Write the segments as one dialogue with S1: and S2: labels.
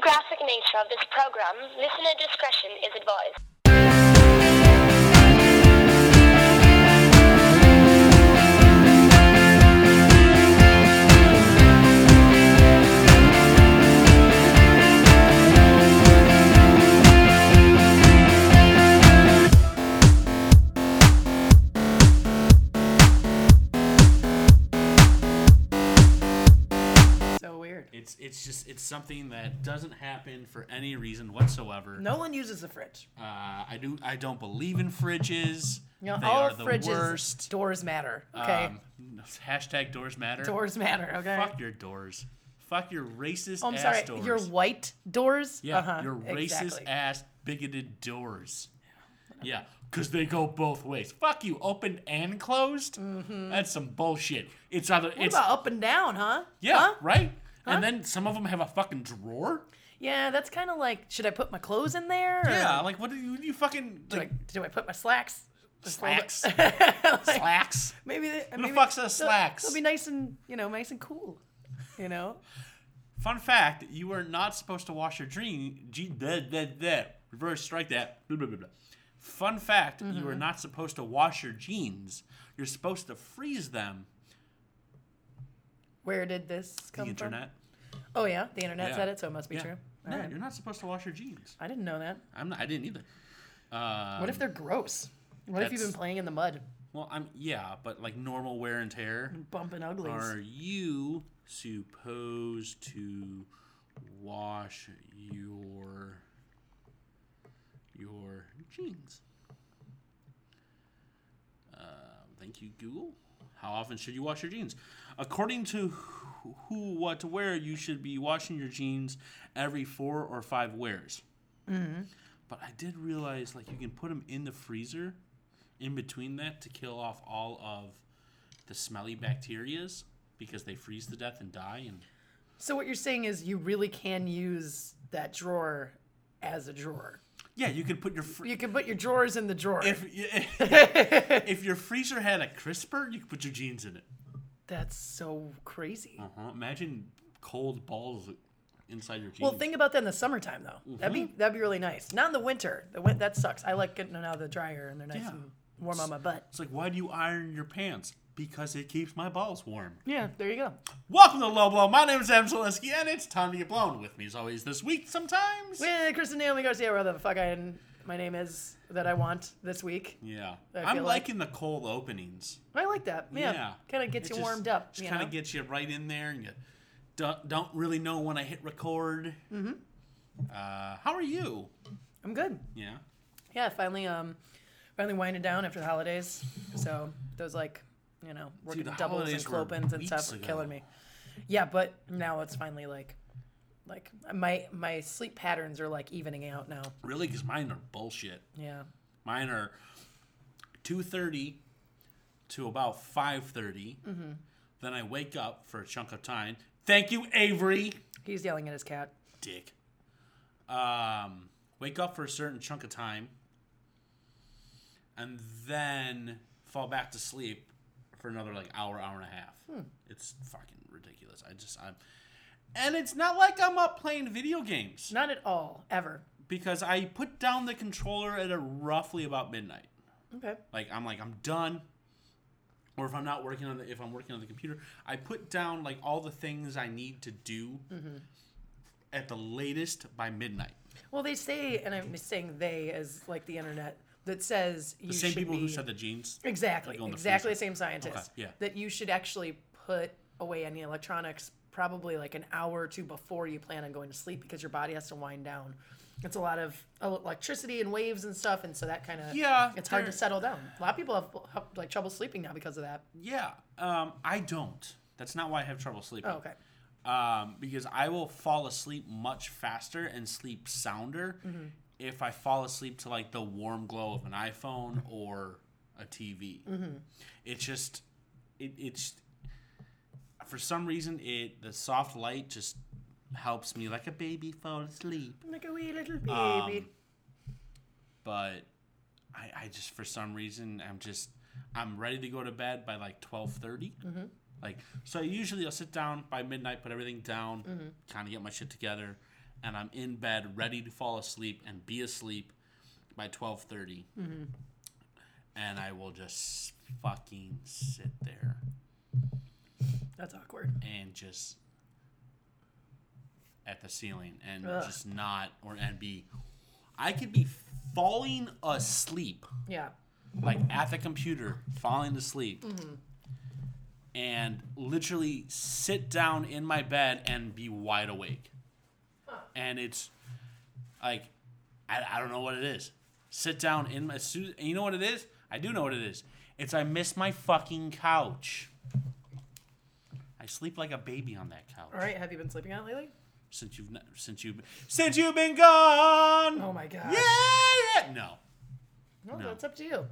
S1: graphic nature of this program, listener discretion is advised.
S2: So weird.
S3: It's it's just it's something that doesn't happen for any reason whatsoever.
S2: No one uses the fridge.
S3: Uh, I do I don't believe in fridges.
S2: You know,
S3: they
S2: all
S3: are the
S2: fridges,
S3: worst.
S2: doors matter. Okay,
S3: Um, hashtag doors matter.
S2: doors matter. Okay.
S3: Fuck your doors. Fuck your racist
S2: Oh, I'm
S3: ass
S2: sorry.
S3: doors.
S2: Your white doors.
S3: yeah,
S2: Uh-huh,
S3: your racist
S2: exactly.
S3: ass bigoted doors. Yeah, because they go both ways. Fuck you, open and closed. That's some bullshit. It's either
S2: Mm-hmm. What
S3: it's
S2: about up and down, huh?
S3: yeah
S2: Huh?
S3: right, and then some of them have a fucking drawer.
S2: Yeah, that's kind of like, should I put my clothes in there? or
S3: Yeah, like what do you, what do you fucking
S2: do,
S3: like
S2: I, do I put my slacks? Just hold it-
S3: slacks?
S2: Like,
S3: slacks.
S2: Maybe they,
S3: Who the
S2: maybe
S3: fuck says
S2: they'll-
S3: slacks?
S2: They'll be nice and you know, nice and cool. You know,
S3: Fun fact: You are not supposed to wash your dream. G- da, da, da. Reverse strike that. Blah, blah, blah, blah. Fun fact: You are not supposed to wash your jeans. You're supposed to freeze them.
S2: where did this
S3: The
S2: come
S3: internet.
S2: from? Oh yeah, the internet
S3: Yeah.
S2: said it, so it must be
S3: Yeah.
S2: true. All
S3: No,
S2: right.
S3: you're not supposed to wash your jeans.
S2: I didn't know that.
S3: I'm not. I didn't either. Uh,
S2: What if they're gross? What if you've
S3: that's-
S2: been playing in the mud,
S3: Well, I'm. Yeah, but like normal wear and tear.
S2: bumping uglies?
S3: Are you supposed to wash your your jeans? Uh, thank you, Google. How often should you wash your jeans? According to who, who, what, where, you should be washing your jeans every four or five wears. But I did realize, like, you can put them in the freezer in between that to kill off all of the smelly bacterias because they freeze to death and die and
S2: So what you're saying is you really can use that drawer as a drawer.
S3: yeah you could put your fr-
S2: You can put your drawers in the drawer.
S3: if if your freezer had a crisper you could put your jeans in it
S2: That's so crazy.
S3: uh-huh. imagine cold balls inside your jeans
S2: Well, think about that in the summertime though. That'd be
S3: Mm-hmm.
S2: that'd be really nice. Not in the winter. The win- that sucks. I like getting them out of the dryer and they're nice
S3: Yeah.
S2: and warm on my butt.
S3: it's like why do you iron your pants because it keeps my balls warm
S2: Yeah, there you go.
S3: welcome to low blow my name is adam Zaleski, and it's time to get blown with me as always this week sometimes
S2: With Kristen Naomi Garcia, where the fuck I my name is that I want this week.
S3: yeah
S2: I
S3: i'm
S2: feel like-
S3: liking the cold openings
S2: I like that. Yeah, kind of gets you
S3: It just-
S2: warmed up.
S3: Just
S2: you
S3: kind
S2: know?
S3: of gets you right in there, and you don't, don't really know when I hit record. Mm-hmm. Uh, how are you?
S2: I'm good.
S3: Yeah.
S2: Yeah, finally, um, finally winding down after the holidays. So those like, you know, working
S3: the
S2: doubles and
S3: holidays were
S2: clopins and stuff
S3: weeks
S2: are
S3: ago.
S2: killing me. Yeah, but now it's finally like, like my my sleep patterns are like evening out now.
S3: Really? Because mine are bullshit.
S2: Yeah.
S3: Mine are two thirty to about five Mm-hmm. Then I wake up for a chunk of time. Thank you, Avery.
S2: He's yelling at his cat.
S3: Dick. Um, wake up for a certain chunk of time, and then fall back to sleep for another like hour, hour and a half. It's fucking ridiculous. I just I'm, and it's not like I'm up playing video games
S2: Not at all, ever.
S3: because I put down the controller at a roughly about midnight.
S2: Okay.
S3: Like I'm like I'm done. Or if I'm not working on the if I'm working on the computer, I put down like all the things I need to do at the latest by midnight.
S2: Well, they say, and I'm saying they as like the internet that says you
S3: The same
S2: should
S3: people
S2: be,
S3: who said the jeans.
S2: Exactly.
S3: go in the
S2: exactly
S3: freezer.
S2: the same scientist.
S3: Okay, yeah.
S2: That you should actually put away any electronics probably like an hour or two before you plan on going to sleep because your body has to wind down. It's a lot of electricity and waves and stuff, and so that kind of
S3: Yeah,
S2: it's hard to
S3: there-
S2: settle down. A lot of people have, have like trouble sleeping now because of that.
S3: Yeah, um, I don't. That's not why I have trouble sleeping.
S2: Oh, okay.
S3: Um, because I will fall asleep much faster and sleep sounder
S2: Mm-hmm.
S3: if I fall asleep to like the warm glow of an iPhone or a TV.
S2: Mm-hmm.
S3: It just, it, it's for some reason it the soft light just helps me like a baby fall asleep.
S2: Like a wee little baby.
S3: Um, but I, I just for some reason I'm just I'm ready to go to bed by like twelve Like so, usually I'll sit down by midnight, put everything down, kind of get my shit together, and I'm in bed ready to fall asleep and be asleep by 12:30. And I will just fucking sit there
S2: That's awkward.
S3: and just at the ceiling and
S2: Ugh.
S3: just not or and be I could be falling asleep
S2: Yeah.
S3: like at the computer, falling asleep, and literally sit down in my bed and be wide awake. And it's like, I, I don't know what it is. Sit down in my suit. You know what it is? I do know what it is. It's I miss my fucking couch. I sleep like a baby on that couch
S2: All right. Have you been sleeping out lately?
S3: since you've not, since you since you've been gone.
S2: Oh my gosh.
S3: Yeah, yeah. No,
S2: Well,
S3: No.
S2: that's up to you. your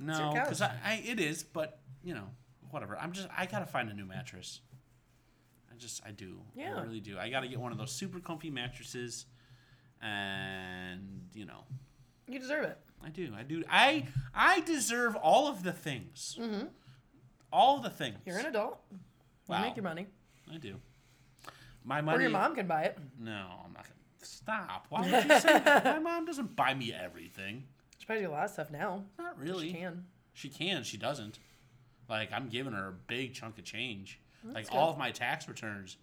S3: No,
S2: couch.
S3: because I, I it is, but you know, whatever. I'm just I gotta find a new mattress. I just I do.
S2: Yeah.
S3: I really do. I gotta get one of those super comfy mattresses, and you know,
S2: You deserve it.
S3: I do. I do. I I deserve all of the things. Mm-hmm. All of the things.
S2: You're an adult. You
S3: Wow.
S2: make your money.
S3: I do. My
S2: Or
S3: money.
S2: your mom can buy it.
S3: No, I'm not. gonna- Stop. Why would you say that? My mom doesn't buy me everything.
S2: She probably do a lot of stuff now.
S3: Not really.
S2: She can.
S3: She can. She doesn't. Like I'm giving her a big chunk of change. like
S2: good.
S3: all of my tax returns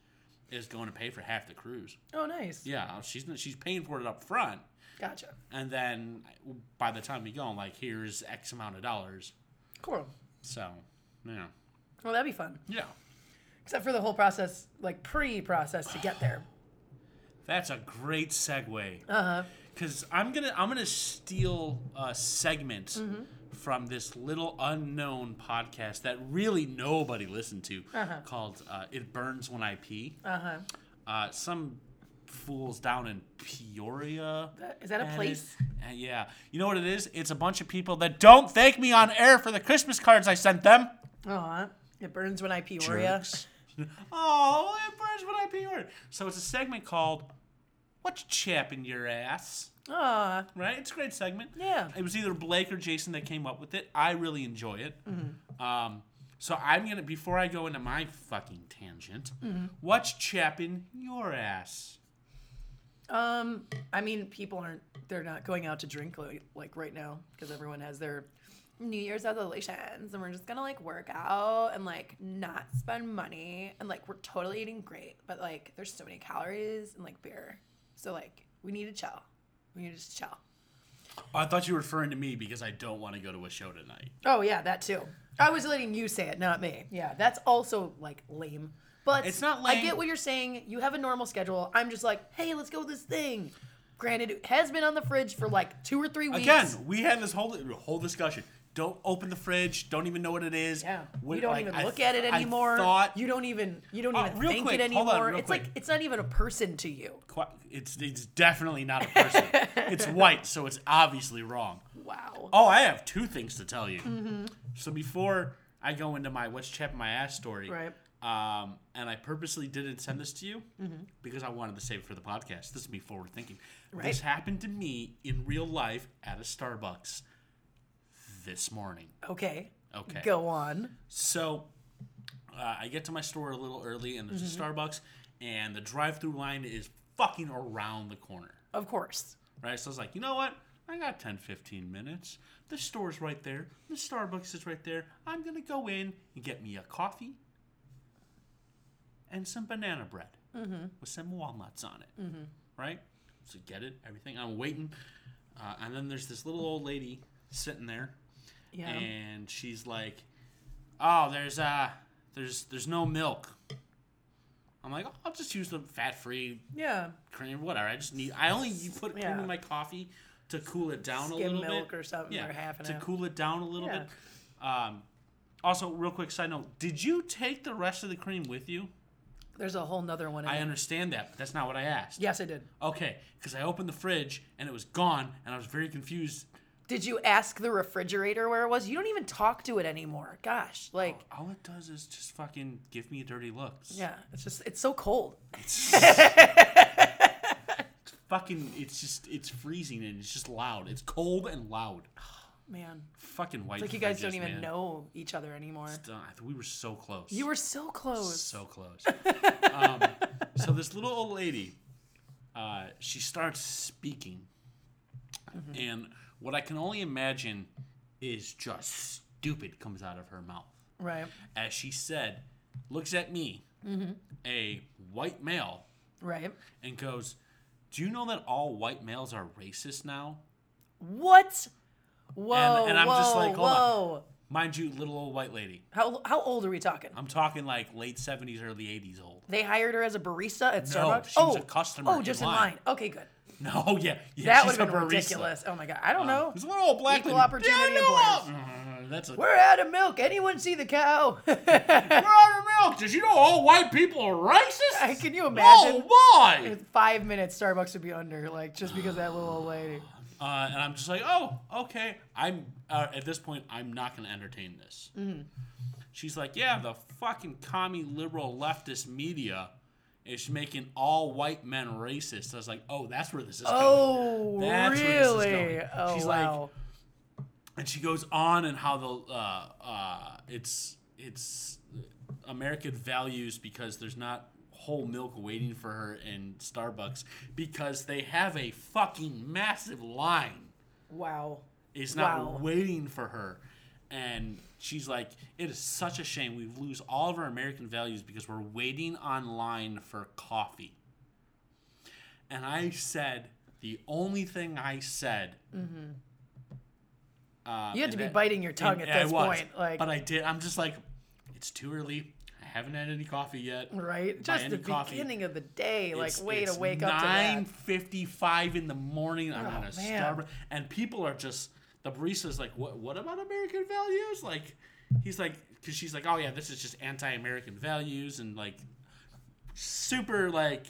S3: is going to pay for half the cruise.
S2: Oh, nice.
S3: Yeah, uh, she's she's paying for it up front,
S2: Gotcha.
S3: and then uh, by the time we go, I'm like, here's X amount of dollars.
S2: Cool.
S3: So, yeah,
S2: Well, that'd be fun.
S3: yeah,
S2: Except for the whole process, like pre-process to get there.
S3: that's a great segue.
S2: Uh huh.
S3: Cause I'm gonna I'm gonna steal a segment
S2: Mm-hmm.
S3: from this little unknown podcast that really nobody listened to
S2: Uh-huh.
S3: called uh, "It Burns When I Pee."
S2: Uh huh.
S3: uh, some fools down in Peoria.
S2: That- is that a
S3: And
S2: place?
S3: it- uh, yeah. You know what it is? It's a bunch of people that don't thank me on air for the Christmas cards I sent them.
S2: Aw. It burns when I Peoria.
S3: Jerks. oh, it burns when I Peoria. So it's a segment called "What's Chapping Your Ass."
S2: Aw.
S3: Right? It's a great segment.
S2: Yeah.
S3: It was either Blake or Jason that came up with it. I really enjoy it.
S2: Mm-hmm.
S3: Um, so I'm gonna before I go into my fucking tangent,
S2: Mm-hmm.
S3: what's chapping your ass?
S2: Um, I mean, people aren't, they're not going out to drink like, like right now because everyone has their New Year's resolutions and we're just gonna like work out and like not spend money and like we're totally eating great, but like there's so many calories and like beer. So like we need to chill. We need to just chill.
S3: I thought you were referring to me because I don't want to go to a show tonight.
S2: Oh, yeah, that too. I was letting you say it, not me. Yeah, that's also like lame. But
S3: It's not
S2: I
S3: lame.
S2: get what you're saying. You have a normal schedule. I'm just like, hey, let's go with this thing. Granted, it has been on the fridge for like two or three weeks.
S3: Again, we had this whole whole discussion. Don't open the fridge. Don't even know what it is.
S2: Yeah.
S3: What-
S2: you don't
S3: like,
S2: even
S3: I-
S2: look at it anymore.
S3: I thought
S2: you don't even you don't
S3: Uh,
S2: even
S3: real
S2: think
S3: quick,
S2: it
S3: hold on,
S2: anymore.
S3: real
S2: it's like
S3: quick.
S2: it's not even a person to you.
S3: Qu- it's it's definitely not a person. it's white, so it's obviously wrong.
S2: Wow.
S3: Oh, I have two things to tell you.
S2: Mm-hmm.
S3: So before I go into my what's chapping my ass story,
S2: Right.
S3: Um, and I purposely didn't send this to you
S2: Mm-hmm.
S3: because I wanted to save it for the podcast. This is me forward thinking.
S2: Right.
S3: This happened to me in real life at a Starbucks this morning.
S2: Okay.
S3: Okay.
S2: Go on.
S3: So uh, I get to my store a little early, and there's
S2: Mm-hmm.
S3: a Starbucks, and the drive-through line is fucking around the corner
S2: Of course.
S3: right? So I was like, you know what? I got 10, 15 minutes. The store's right there. The Starbucks is right there. I'm going to go in and get me a coffee and some banana bread with some walnuts on it, right? So get it, everything. I'm waiting. Uh, and then there's this little old lady sitting there,
S2: Yeah.
S3: and she's like, oh, there's uh, there's there's no milk. I'm like, "Oh, I'll just use the fat-free
S2: yeah.
S3: cream, whatever. I just need. I only you put cream
S2: Yeah.
S3: in my coffee to cool it down a
S2: Skim
S3: little
S2: milk
S3: bit.
S2: or something
S3: yeah,
S2: or half an
S3: to
S2: hour.
S3: cool it down a little
S2: Yeah.
S3: bit. Um, also, real quick side note: Did you take the rest of the cream with you?
S2: There's a whole nother one in
S3: I
S2: it.
S3: understand that, but that's not what I asked.
S2: Yes, I did.
S3: Okay, because I opened the fridge and it was gone, and I was very confused.
S2: Did you ask the refrigerator where it was? You don't even talk to it anymore. Gosh, like
S3: All it does is just fucking give me dirty looks.
S2: yeah, it's just it's so cold.
S3: Fucking, it's just it's freezing and it's just loud. It's cold and loud.
S2: Man,
S3: Fucking white.
S2: it's like you guys don't
S3: fridges,
S2: even
S3: man.
S2: know each other anymore.
S3: Don't- We were so close.
S2: You were so close.
S3: So close. um, so this little old lady uh, she starts speaking.
S2: Mm-hmm.
S3: And what I can only imagine is just stupid comes out of her mouth.
S2: Right.
S3: As she said, looks at me,
S2: Mm-hmm.
S3: a white male,
S2: Right.
S3: and goes, Do you know that all white males are racist now?
S2: What? Whoa.
S3: and I'm
S2: whoa,
S3: just like, hold on.
S2: whoa.
S3: Mind you, little old white lady.
S2: How how old are we talking?
S3: I'm talking like late 70s, early 80s old.
S2: They hired her as a barista at
S3: No,
S2: Starbucks.
S3: she was a customer
S2: Oh,
S3: in
S2: just in
S3: line.
S2: line. Okay, good.
S3: No, yeah. yeah
S2: That
S3: she's
S2: would have
S3: a
S2: been
S3: barista.
S2: ridiculous. Oh my god, I don't know.
S3: There's a little old black
S2: Equal
S3: lady,
S2: opportunity
S3: "Yeah, I know all-" Mm, That's a
S2: We're out of milk. Anyone see the cow?
S3: We're out of milk. Did you know all white people are racist?
S2: I- can you imagine?
S3: Oh, why?
S2: Five minutes, Starbucks would be under, like just because of that little old lady.
S3: Uh, and I'm just like, oh, okay. I'm uh, at this point, I'm not going to entertain this.
S2: Mm-hmm.
S3: She's like, yeah, the fucking commie liberal leftist media is making all white men racist. I was like, oh, that's where this is going.
S2: Oh,
S3: That's where this is
S2: really?
S3: going.
S2: Oh,
S3: She's like,
S2: wow.
S3: And she goes on and how the uh, uh, it's it's American values because there's not whole milk waiting for her in Starbucks because they have a fucking massive line.
S2: wow.
S3: is not
S2: Wow.
S3: waiting for her. And she's like, it is such a shame. We lose all of our American values because we're waiting online for coffee. And I said, the only thing I said. uh,
S2: Mm-hmm. You had
S3: and
S2: to be
S3: that-
S2: biting your tongue
S3: and
S2: at
S3: I
S2: this
S3: was,
S2: point, like-
S3: but I did. I'm just like, it's too early. I haven't had any coffee yet.
S2: Right? Just
S3: any
S2: the
S3: coffee.
S2: beginning of the day.
S3: It's-
S2: like, way to
S3: it's
S2: wake up to that.
S3: 9:55 in the morning. I'm on
S2: Oh,
S3: a
S2: man.
S3: Starbucks, and people are just the barista's like, "What? What about American values?" Like, he's like, because she's like, "Oh yeah, this is just anti-American values," and like, super like,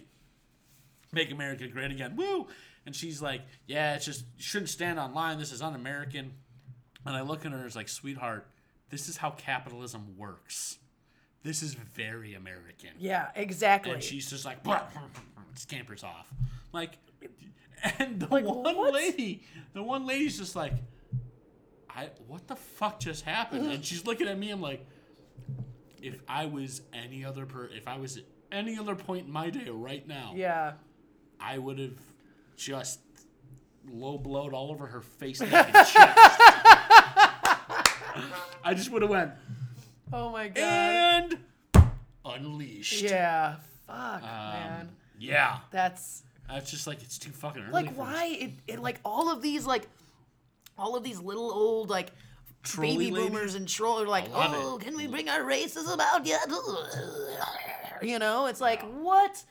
S3: make America great again, woo! And she's like, "Yeah, it's just you shouldn't stand online. This is un-American." And I look at her and it's like, "Sweetheart, this is how capitalism works. This is very American."
S2: Yeah, exactly.
S3: and she's just like scampers off like and the one
S2: what?
S3: lady the one lady's just like i what the fuck just happened and she's looking at me i'm like if i was any other per if i was at any other point in my day right now
S2: yeah.
S3: i would have just low blowed all over her face neck, and chest. i just would have went
S2: Oh my god.
S3: and unleashed
S2: yeah. Fuck,
S3: Um,
S2: man.
S3: yeah
S2: That's
S3: That's just like it's too fucking early.
S2: like
S3: for
S2: why it, it like all of these like all of these little old like
S3: Trolley
S2: baby
S3: lady?
S2: boomers and troll are like
S3: I love it.
S2: oh can we bring our racism out yet you know it's like what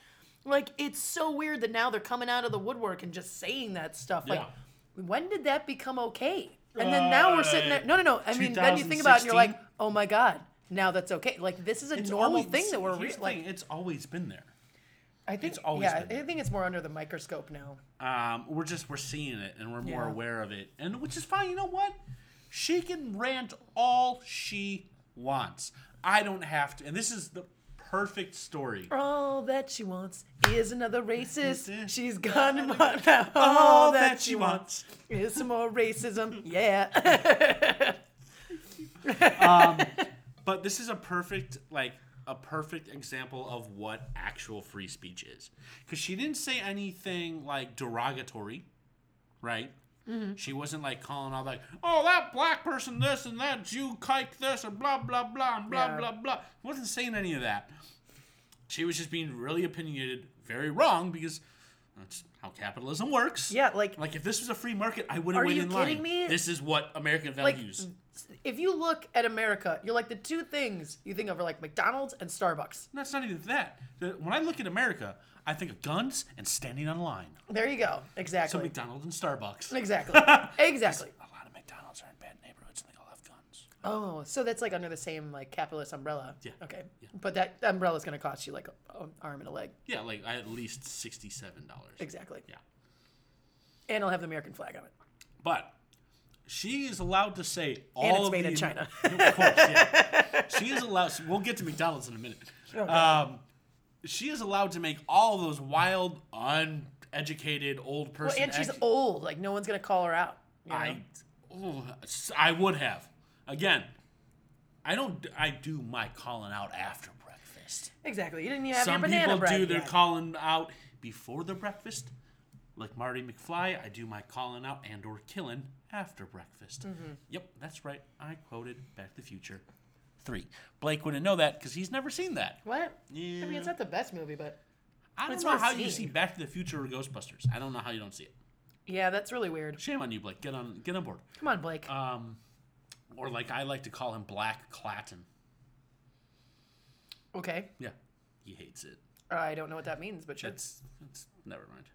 S2: like it's so weird that now they're coming out of the woodwork and just saying that stuff like
S3: Yeah. Uh,
S2: when did that become okay and then now we're sitting there no no no i mean then you think about it and you're
S3: 2016?
S2: like oh my god now that's okay like this is a normal
S3: always-
S2: thing that we're
S3: here's
S2: re-
S3: the
S2: like
S3: thing, it's always been there.
S2: i think
S3: it's always
S2: yeah
S3: been
S2: i think it's more under the microscope now
S3: Um, we're just we're seeing it and we're more
S2: Yeah.
S3: aware of it, and which is fine. You know what? She can rant all she wants. I don't have to. And this is the perfect story.
S2: All that she wants is another racist.
S3: Racist.
S2: She's gone and bought now.
S3: All that she wants.
S2: is some more racism. Yeah.
S3: But this is a perfect like a perfect example of what actual free speech is, because she didn't say anything like derogatory, right?
S2: Mm-hmm.
S3: She wasn't like calling all like, oh that black person this and that Jew kike this and blah blah blah and blah
S2: Yeah.
S3: blah blah. Wasn't saying any of that. She was just being really opinionated, very wrong because that's how capitalism works.
S2: yeah, like
S3: Like if this was a free market, I wouldn't
S2: Are
S3: wait
S2: you
S3: in line.
S2: kidding me?
S3: This is what American
S2: like
S3: values.
S2: if you look at America, you're like the two things you think of are like McDonald's and Starbucks.
S3: That's not even that. The- When I look at America, I think of guns and standing on line.
S2: There you go.
S3: So
S2: Exactly.
S3: McDonald's and Starbucks.
S2: exactly. exactly.
S3: A lot of McDonald's are in bad neighborhoods and they all have guns.
S2: Oh, so that's like under the same like capitalist umbrella.
S3: Yeah.
S2: Okay. But that umbrella's going to cost you like a- an arm and a leg.
S3: Yeah, like at least sixty-seven dollars.
S2: Exactly.
S3: Yeah,
S2: And it'll have the American flag on it.
S3: but she is allowed to say all
S2: and it's
S3: of
S2: made
S3: the-
S2: in China.
S3: of course, yeah. She is allowed. We'll get to McDonald's in a minute. Um, she is allowed to make all those wild, uneducated old
S2: Well,
S3: person.
S2: and she's
S3: ex-
S2: old. Like no one's gonna call her out. You know?
S3: I, oh, I would have. Again, I don't. I do my calling out after breakfast.
S2: exactly. You didn't even have
S3: Some
S2: your banana
S3: people
S2: bread.
S3: do their
S2: yet.
S3: calling out before the breakfast. Like Marty McFly, I do my calling out and or killing after breakfast.
S2: Mm-hmm.
S3: Yep, that's right. I quoted Back to the Future 3. Blake wouldn't know that because he's never seen that.
S2: What? I mean,
S3: Yeah.
S2: it's not the best movie, but
S3: I don't
S2: It's
S3: know
S2: worth
S3: how you see
S2: seeing.
S3: Back to the Future or Ghostbusters. I don't know how you don't see it.
S2: yeah, that's really weird.
S3: Shame on you, Blake. Get on get on board.
S2: Come on, Blake.
S3: Um, or like I like to call him Black Clatton.
S2: okay,
S3: Yeah, he hates it.
S2: I don't know what that means, but sure.
S3: It's it's never mind.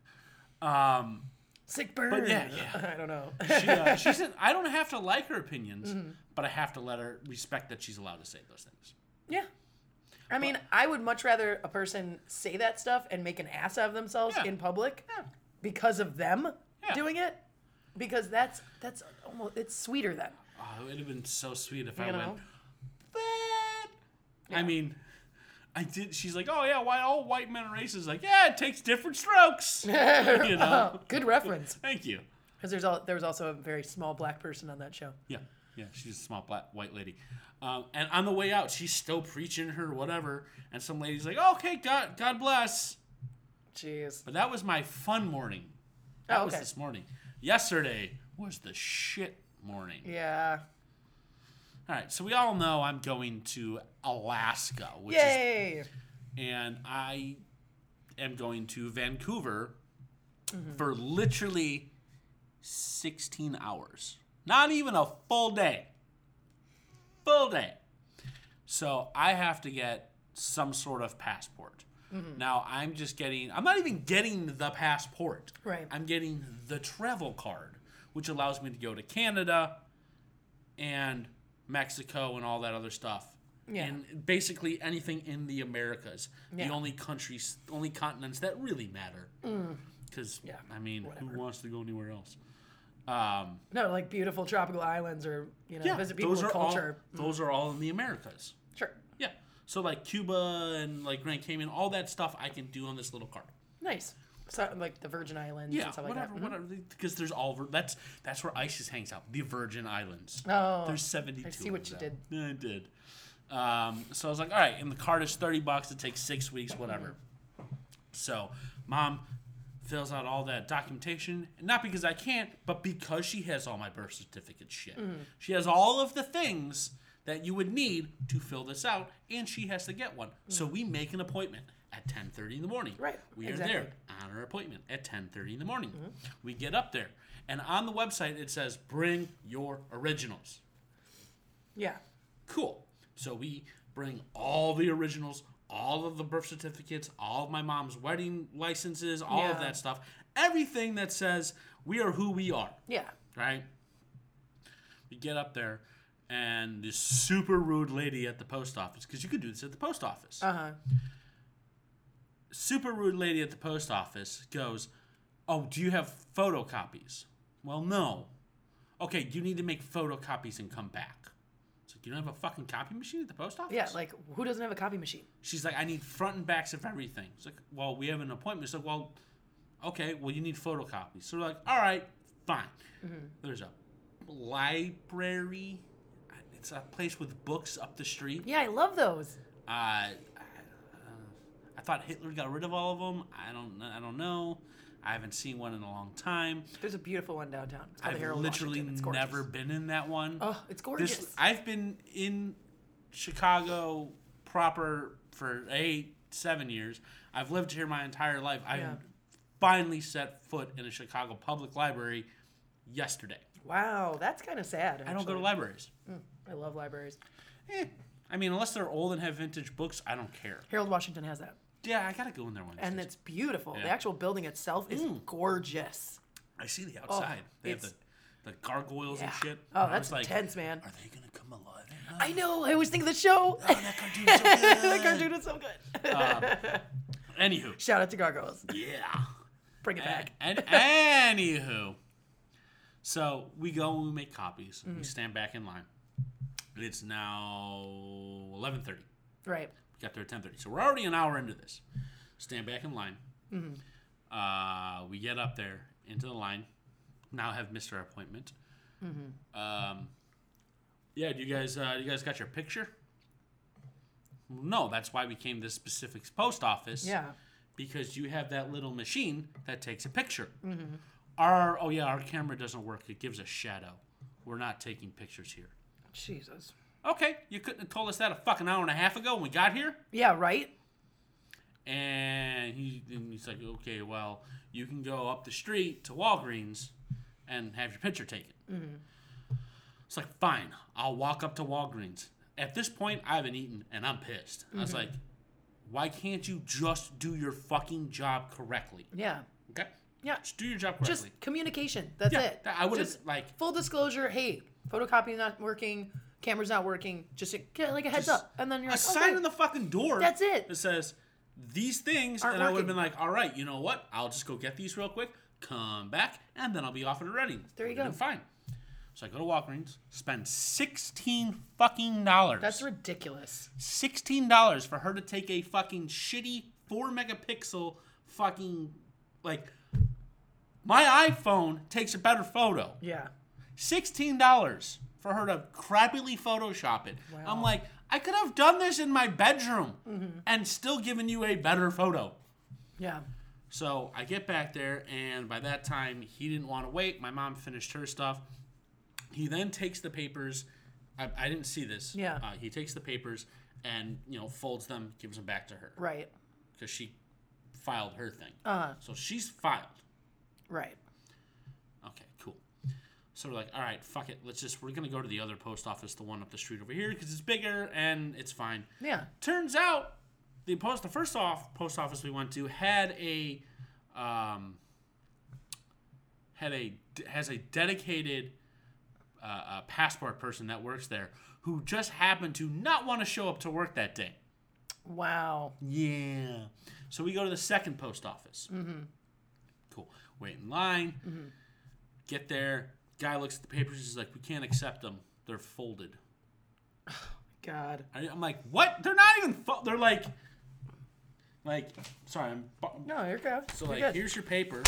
S3: Um,
S2: Sick burn.
S3: yeah, yeah.
S2: I don't know.
S3: she, uh, she said I don't have to like her opinions, but I have to let her respect that she's allowed to say those things.
S2: yeah. I mean, I would much rather a person say that stuff and make an ass out of themselves
S3: Yeah.
S2: in public
S3: Yeah.
S2: because of them
S3: Yeah.
S2: doing it, because that's that's almost it's sweeter then.
S3: Oh, it'd have been so sweet if I
S2: You
S3: went.
S2: know?
S3: But I mean, I did. She's like, oh yeah, why all white men are racist? Like, yeah, it takes different strokes. you know.
S2: Good reference.
S3: Thank you.
S2: Because there's all there was also a very small black person on that show.
S3: Yeah, yeah, she's a small black white lady. Um, and on the way out, she's still preaching her whatever. And some lady's like, "Okay, God, God bless."
S2: Jeez.
S3: But that was my fun morning. That
S2: Oh,
S3: was
S2: okay.
S3: this morning. Yesterday was the shit morning.
S2: Yeah.
S3: All right, so we all know I'm going to Alaska, which is,
S2: Yay.
S3: and I am going to Vancouver
S2: Mm-hmm.
S3: for literally 16 hours. Not even a full day. Full day. So I have to get some sort of passport.
S2: Mm-hmm.
S3: Now I'm just getting, I'm not even getting the passport.
S2: Right.
S3: I'm getting the travel card, which allows me to go to Canada and Mexico and all that other stuff.
S2: Yeah.
S3: And basically anything in the Americas,
S2: Yeah.
S3: the only countries, only continents that really matter. Because,
S2: Mm. Yeah,
S3: I mean,
S2: whatever.
S3: who wants to go anywhere else? Um,
S2: No, like beautiful tropical islands or you know
S3: yeah,
S2: visit people
S3: those
S2: with
S3: are,
S2: culture. Mm.
S3: all, those are all in the Americas.
S2: Sure.
S3: Yeah. So like Cuba and like Grand Cayman, all that stuff I can do on this little card.
S2: Nice. So, like the Virgin Islands
S3: Yeah,
S2: and stuff like
S3: whatever,
S2: that. Mhm.
S3: whatever. Because there's all vir- that's that's where ISIS hangs out, the Virgin Islands.
S2: Oh.
S3: there's 72.
S2: I see what you
S3: of
S2: did.
S3: them. Yeah, I did. Um, so I was like, all right, and the card is 30 bucks. It takes six weeks, whatever. So mom fills out all that documentation, not because I can't, but because she has all my birth certificate shit.
S2: Mm-hmm.
S3: She has all of the things that you would need to fill this out, and she has to get one. So we make an appointment at 10:30 in the morning.
S2: Mm-hmm. Right,
S3: We
S2: exactly. Mm-hmm.
S3: are there on our appointment at 10:30 in the morning. We get up there, and on the website it says bring your originals.
S2: Yeah.
S3: Cool. So we bring all the originals, all of the birth certificates, all of my mom's wedding licenses, all of
S2: Yeah.
S3: that stuff. Everything that says we are who we are,
S2: Yeah.
S3: right? We get up there and this super rude lady at the post office cuz you could do this at the post office.
S2: Uh huh.
S3: Super rude lady at the post office goes, "Oh, do you have photocopies?" Well, no. Okay, you need to make photocopies and come back. It's like, you don't have a fucking copy machine at the post office?
S2: Yeah. Like who doesn't have a copy machine?
S3: She's like, I need front and backs of everything. It's like, well, we have an appointment. It's like, well, okay, well, you need photocopies. So we're like, all right, fine.
S2: Mm-hmm.
S3: There's a library. It's a place with books up the street.
S2: Yeah, I love those.
S3: Uh, I, I thought Hitler got rid of all of them. I don't. kn- I don't know. I haven't seen one in a long time.
S2: There's a beautiful one downtown. It's called
S3: I've
S2: the Harold
S3: literally
S2: Washington. It's gorgeous.
S3: never been in that one.
S2: Oh, it's gorgeous.
S3: This I've been in Chicago proper for eight, seven years. I've lived here my entire life.
S2: Yeah.
S3: I finally set foot in a Chicago public library yesterday.
S2: wow, that's kind of sad.
S3: I don't go to
S2: actually.
S3: libraries.
S2: I love libraries.
S3: Eh, I mean, unless they're old and have vintage books, I don't care.
S2: Harold Washington has that,
S3: Yeah, I gotta go in there one. of these
S2: and
S3: days.
S2: it's beautiful. The
S3: Yeah. Mm.
S2: actual building itself is gorgeous.
S3: I see the outside. they have the,
S2: Oh, it's-
S3: the gargoyles and
S2: Yeah.
S3: shit.
S2: Oh,
S3: And I
S2: that's
S3: was like,
S2: intense, man.
S3: Are they gonna come alive? "Oh,
S2: I know. I always think of the show.
S3: that cartoon's so good.
S2: that cartoon is so good.
S3: Anywho,
S2: Shout out to Gargoyles.
S3: yeah.
S2: Bring it back.
S3: And, and anywho, so we go and we make copies. We stand back in line. And It's now eleven thirty.
S2: Right.
S3: We got there at ten thirty, so we're already an hour into this. Stand back in line. Uh, we get up there into the line. Now have missed our appointment. Um, yeah, do you guys uh, you guys got your picture? No, that's why we came to this specific post office
S2: Yeah.
S3: because you have that little machine that takes a picture. Our oh yeah, our camera doesn't work. It gives a shadow. We're not taking pictures here.
S2: Jesus.
S3: Okay, you couldn't have told us that a fucking hour and a half ago when we got here.
S2: Yeah, right?
S3: And he and he's like, okay, well, you can go up the street to Walgreens and have your picture taken. It's like, fine, I'll walk up to Walgreens. At this point, I haven't eaten and I'm pissed. I was like, why can't you just do your fucking job correctly?
S2: Yeah.
S3: Okay?
S2: Yeah.
S3: Just do your job correctly.
S2: Just communication. That's
S3: yeah,
S2: it.
S3: that- I would have,
S2: Just
S3: like,
S2: full disclosure, hey, photocopy not working, camera's not working, just a, get like a heads
S3: Just
S2: up. And then you're
S3: a
S2: like,
S3: sign
S2: okay.
S3: in the fucking door.
S2: That's it.
S3: That says these things,
S2: Aren't
S3: and I would have
S2: working.
S3: been like, "All right, you know what? I'll just go get these real quick, come back, and then I'll be off and running."
S2: There you
S3: Would've been
S2: go.
S3: Fine. So I go to Walgreens, spend sixteen fucking dollars.
S2: That's ridiculous.
S3: sixteen dollars for her to take a fucking shitty four megapixel fucking like. My iPhone takes a better photo.
S2: Yeah.
S3: Sixteen dollars for her to crappily Photoshop it. I'm like, I could have done this in my bedroom and still given you a better photo.
S2: Yeah.
S3: So I get back there, and by that time, he didn't want to wait. My mom finished her stuff. He then takes the papers. I, I didn't see this.
S2: Yeah.
S3: Uh, he takes the papers and you know folds them, gives them back to her
S2: Right.
S3: because she filed her thing.
S2: Uh,
S3: So she's filed.
S2: right.
S3: Okay, cool. So we're like, all right, fuck it. Let's just, we're going to go to the other post office, the one up the street over here, because it's bigger and it's fine.
S2: Yeah.
S3: Turns out the post, the first off post office we went to had a, um, had a, has a dedicated uh, uh, passport person that works there who just happened to not want to show up to work that day.
S2: Wow.
S3: Yeah. So we go to the second post office. Mm-hmm. Cool. Wait in line.
S2: Mm-hmm.
S3: Get there. Guy looks at the papers. He's like, "We can't accept them. They're folded."
S2: God.
S3: I- I'm like, "What? They're not even. Fo- they're like, like. Sorry, I'm. bu-
S2: No, you're good.
S3: So
S2: You're
S3: like,
S2: good.
S3: here's your paper,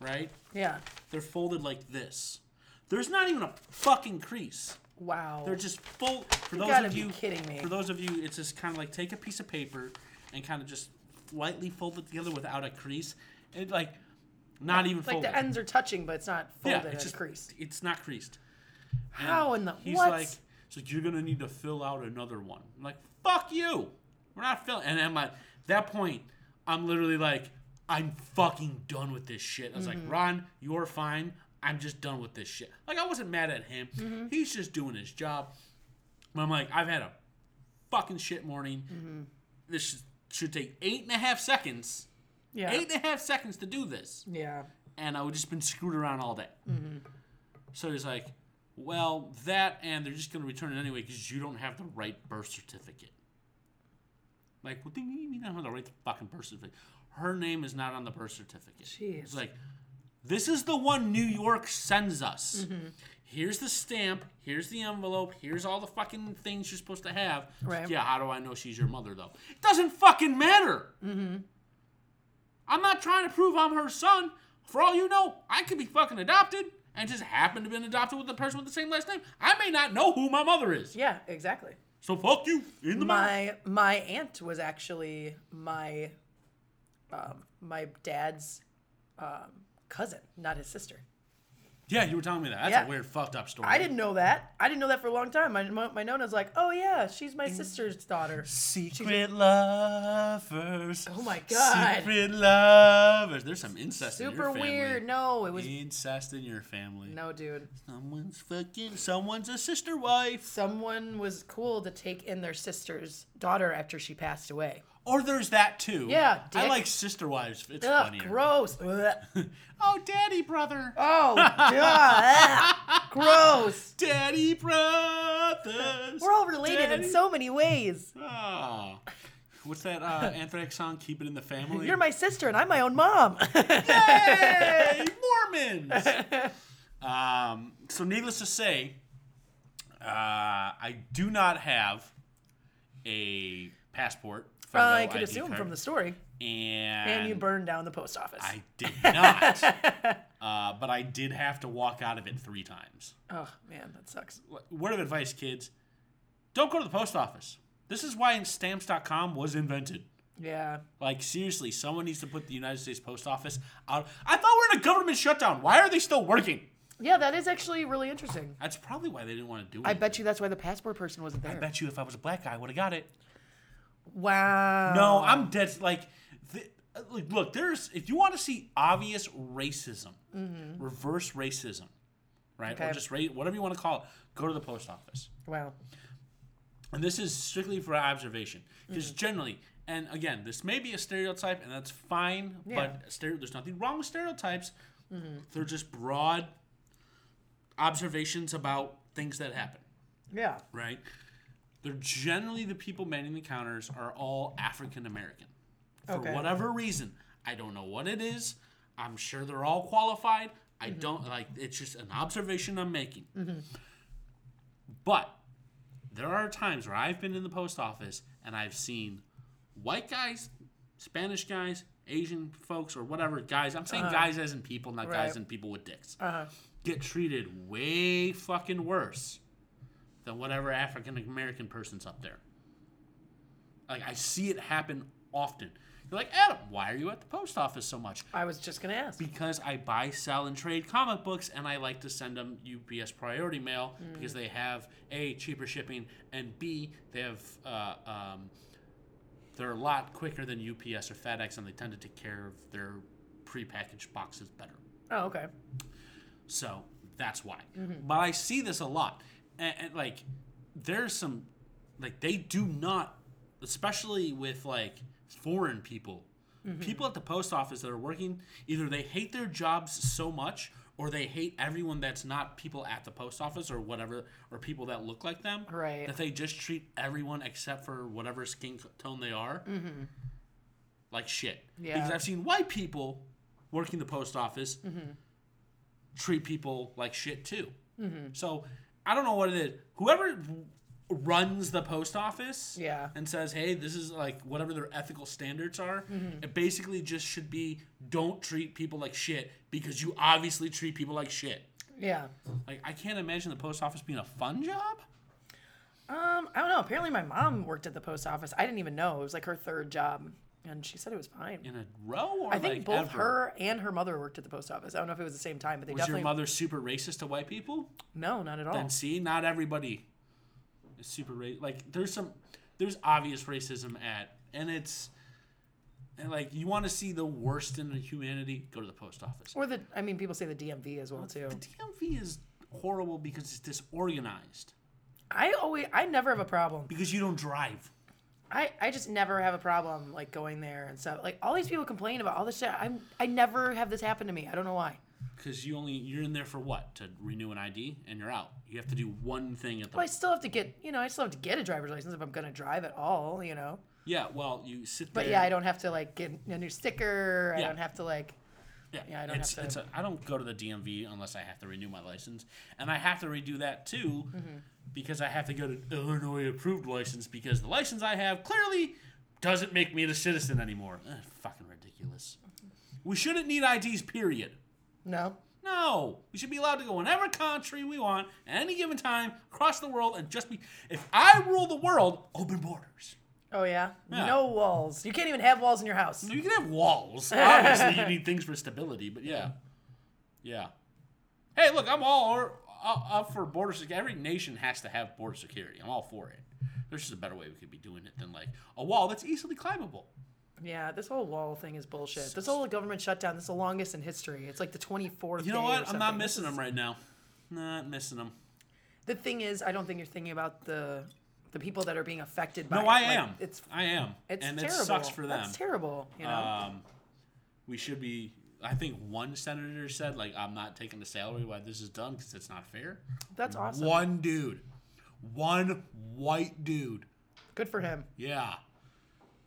S3: right?
S2: Yeah.
S3: They're folded like this. There's not even a fucking crease.
S2: Wow.
S3: They're just full. For those
S2: gotta
S3: of
S2: be
S3: you
S2: kidding me.
S3: For those of you, it's just kind of like take a piece of paper and kind of just lightly fold it together without a crease. It like not even
S2: like
S3: folded.
S2: the ends are touching, but it's not
S3: yeah,
S2: folded
S3: it's
S2: it's
S3: just
S2: creased.
S3: It's not creased. And
S2: How in the
S3: he's
S2: what?
S3: like, so you're gonna need to fill out another one. I'm like, fuck you. We're not filling. And I'm like, that point, I'm literally like, I'm fucking done with this shit. I was
S2: Mm-hmm.
S3: like, Ron, you're fine. I'm just done with this shit. Like I wasn't mad at him.
S2: Mm-hmm.
S3: He's just doing his job. But I'm like, I've had a fucking shit morning.
S2: Mm-hmm.
S3: This should, should take eight and a half seconds.
S2: yeah.
S3: Eight and a half seconds to do this
S2: Yeah.
S3: and I would just been screwed around all day. So he's like, "Well, that and they're just going to return it anyway because you don't have the right birth certificate." Like, what do you mean you don't have the right fucking birth certificate? Her name is not on the birth certificate.
S2: Jeez.
S3: It's like, this is the one New York sends us. Here's the stamp. Here's the envelope. Here's all the fucking things you're supposed to have.
S2: Right.
S3: Yeah. How do I know she's your mother though? It doesn't fucking matter. I'm not trying to prove I'm her son. For all you know, I could be fucking adopted and just happen to have been adopted with a person with the same last name. I may not know who my mother is.
S2: Yeah. Exactly.
S3: So fuck you in the mouth.
S2: My my aunt was actually my um, my dad's um, cousin, not his sister.
S3: Yeah, you were telling me that. That's
S2: Yeah.
S3: a weird fucked up story.
S2: I didn't know that. I didn't know that for a long time. My my my nona's like, oh yeah, she's my
S3: Mm.
S2: sister's daughter.
S3: Secret lovers.
S2: Oh my God.
S3: Secret lovers. There's some incest in your
S2: Super
S3: family.
S2: weird. No, it was
S3: Incest in your family.
S2: no, dude.
S3: Someone's fucking. Someone's a sister wife.
S2: Someone was cool to take in their sister's daughter after she passed away.
S3: Or there's that too.
S2: Yeah,
S3: I
S2: dick.
S3: like sister wives. It's
S2: Ugh,
S3: funnier.
S2: gross. Ugh.
S3: Oh, daddy brother.
S2: Oh, God. Ugh. gross.
S3: Daddy Brothers.
S2: We're all related
S3: Daddy-
S2: in so many ways.
S3: Ah. What's that uh, Anthrax song? Keep it in the family.
S2: You're my sister and I'm my own mom.
S3: Yay! Mormons. um, so, needless to say, uh, I do not have a passport. photo,
S2: Uh, I could
S3: ID
S2: assume
S3: card,
S2: from the story.
S3: and,
S2: And you burned down the post office.
S3: I did not. uh, but I did have to walk out of it three times.
S2: oh, man, that sucks.
S3: word of advice, kids don't go to the post office. This is why stamps.com was invented.
S2: Yeah.
S3: Like seriously, someone needs to put the United States Post Office out. I thought we're in a government shutdown. Why are they still working?
S2: Yeah, that is actually really interesting.
S3: That's probably why they didn't want to do it.
S2: I bet you that's why the passport person wasn't there.
S3: I bet you if I was a black guy, I would have got it.
S2: Wow.
S3: No, I'm dead. Like, th- like, look, there's if you want to see obvious racism, reverse racism, right, or
S2: Mm-hmm. Okay.
S3: just ra- whatever you want to call it, go to the post office.
S2: Wow.
S3: And this is strictly for observation, because
S2: Mm-hmm.
S3: generally, and again, this may be a stereotype, and that's fine.
S2: Yeah. Mm-hmm.
S3: But stere- there's nothing wrong with stereotypes. They're just broad observations about things that happen
S2: Yeah.
S3: right? They're generally the people manning the counters are all African American. For
S2: Okay.
S3: whatever reason. I don't know what it is. I'm sure they're all qualified. I
S2: Mm-hmm.
S3: don't like it's just an observation I'm making. But there are times where I've been in the post office and I've seen white guys, Spanish guys, Asian folks, or whatever guys. I'm saying guys as in people, not guys
S2: Right.
S3: and people with dicks.
S2: Uh huh.
S3: Get treated way fucking worse than whatever African American person's up there. Like I see it happen often. You're like, Adam, why are you at the post office so much?
S2: I was just gonna ask.
S3: Because I buy, sell, and trade comic books, and I like to send them UPS priority mail because they have a cheaper shipping, and b they have uh, um, they're a lot quicker than UPS or FedEx, and they tend to take care of their prepackaged boxes better.
S2: Oh, okay.
S3: So that's why. But I see this a lot. And, and like, there's some, like, they do not, especially with like foreign people, people at the post office that are working, either they hate their jobs so much or they hate everyone that's not people at the post office or whatever, or people that look like them.
S2: Right.
S3: That they just treat everyone except for whatever skin co- tone they are like shit. Because
S2: Yeah.
S3: I've seen white people working the post office
S2: Mm-hmm.
S3: treat people like shit too.
S2: Mm-hmm.
S3: So I don't know what it is. Whoever runs the post office
S2: Yeah.
S3: and says, hey, this is like whatever their ethical standards are,
S2: Mm-hmm.
S3: it basically just should be don't treat people like shit because you obviously treat people like shit.
S2: Yeah.
S3: Like, I can't imagine the post office being a fun job.
S2: Um, I don't know. Apparently, my mom worked at the post office. I didn't even know. It was like her third job, and she said it was fine.
S3: In a row or
S2: I think
S3: like
S2: both
S3: ever?
S2: her and her mother worked at the post office. I don't know if it was the same time, but they
S3: Was your
S2: definitely
S3: mother super racist to white people?
S2: no, not at all.
S3: And see, not everybody is super racist. Like, there's some, there's obvious racism at, and it's, and like, you want to see the worst in humanity, go to the post office.
S2: Or the, I mean, people say the DMV as well too.
S3: Oh, The DMV is horrible because it's disorganized,
S2: I always, I never have a problem.
S3: because you don't drive.
S2: I, I just never have a problem like going there and stuff. Like all these people complain about all this shit. I'm, I never have this happen to me. I don't know why.
S3: Because you only, you're in there for what? To renew an ID and you're out. You have to do one thing at the
S2: But I still have to get, you know, I still have to get a driver's license if I'm gonna drive at all, you know.
S3: Yeah, well, you sit there.
S2: But yeah, I don't have to like get a new sticker. I
S3: Yeah.
S2: don't have to like.
S3: Yeah,
S2: Yeah, I don't
S3: it's,
S2: have to-
S3: It's a, I don't go to the DMV unless I have to renew my license, and I have to redo that too
S2: Mm-hmm.
S3: because I have to get an Illinois approved license because the license I have clearly doesn't make me a citizen anymore. Ugh, fucking ridiculous.
S2: Mm-hmm.
S3: We shouldn't need IDs. Period.
S2: No.
S3: No, we should be allowed to go whenever country we want at any given time across the world and just be. If I rule the world, open borders.
S2: Oh yeah?
S3: Yeah.
S2: No walls. You can't even have walls in your house.
S3: You can have walls. Obviously, you need things for stability, but yeah. Yeah. Hey, look, I'm all or, uh, up for border security. Every nation has to have border security. I'm all for it. There's just a better way we could be doing it than like a wall that's easily climbable.
S2: Yeah, this whole wall thing is bullshit. This whole government shutdown, this is the longest in history. It's like the 24th.
S3: You
S2: day
S3: know
S2: or
S3: what? I'm not
S2: something. This
S3: missing
S2: is-
S3: them right now. Not missing them.
S2: The thing is, I don't think you're thinking about the the people that are being affected by
S3: No,
S2: it.
S3: I
S2: Like,
S3: am.
S2: It's
S3: I am.
S2: it's
S3: and
S2: terrible.
S3: it sucks for them.
S2: That's terrible, you know.
S3: um, we should be. I think one senator said like, "I'm not taking the salary while this is done because it's not fair."
S2: That's awesome.
S3: One dude, one white dude.
S2: Good for him.
S3: Yeah,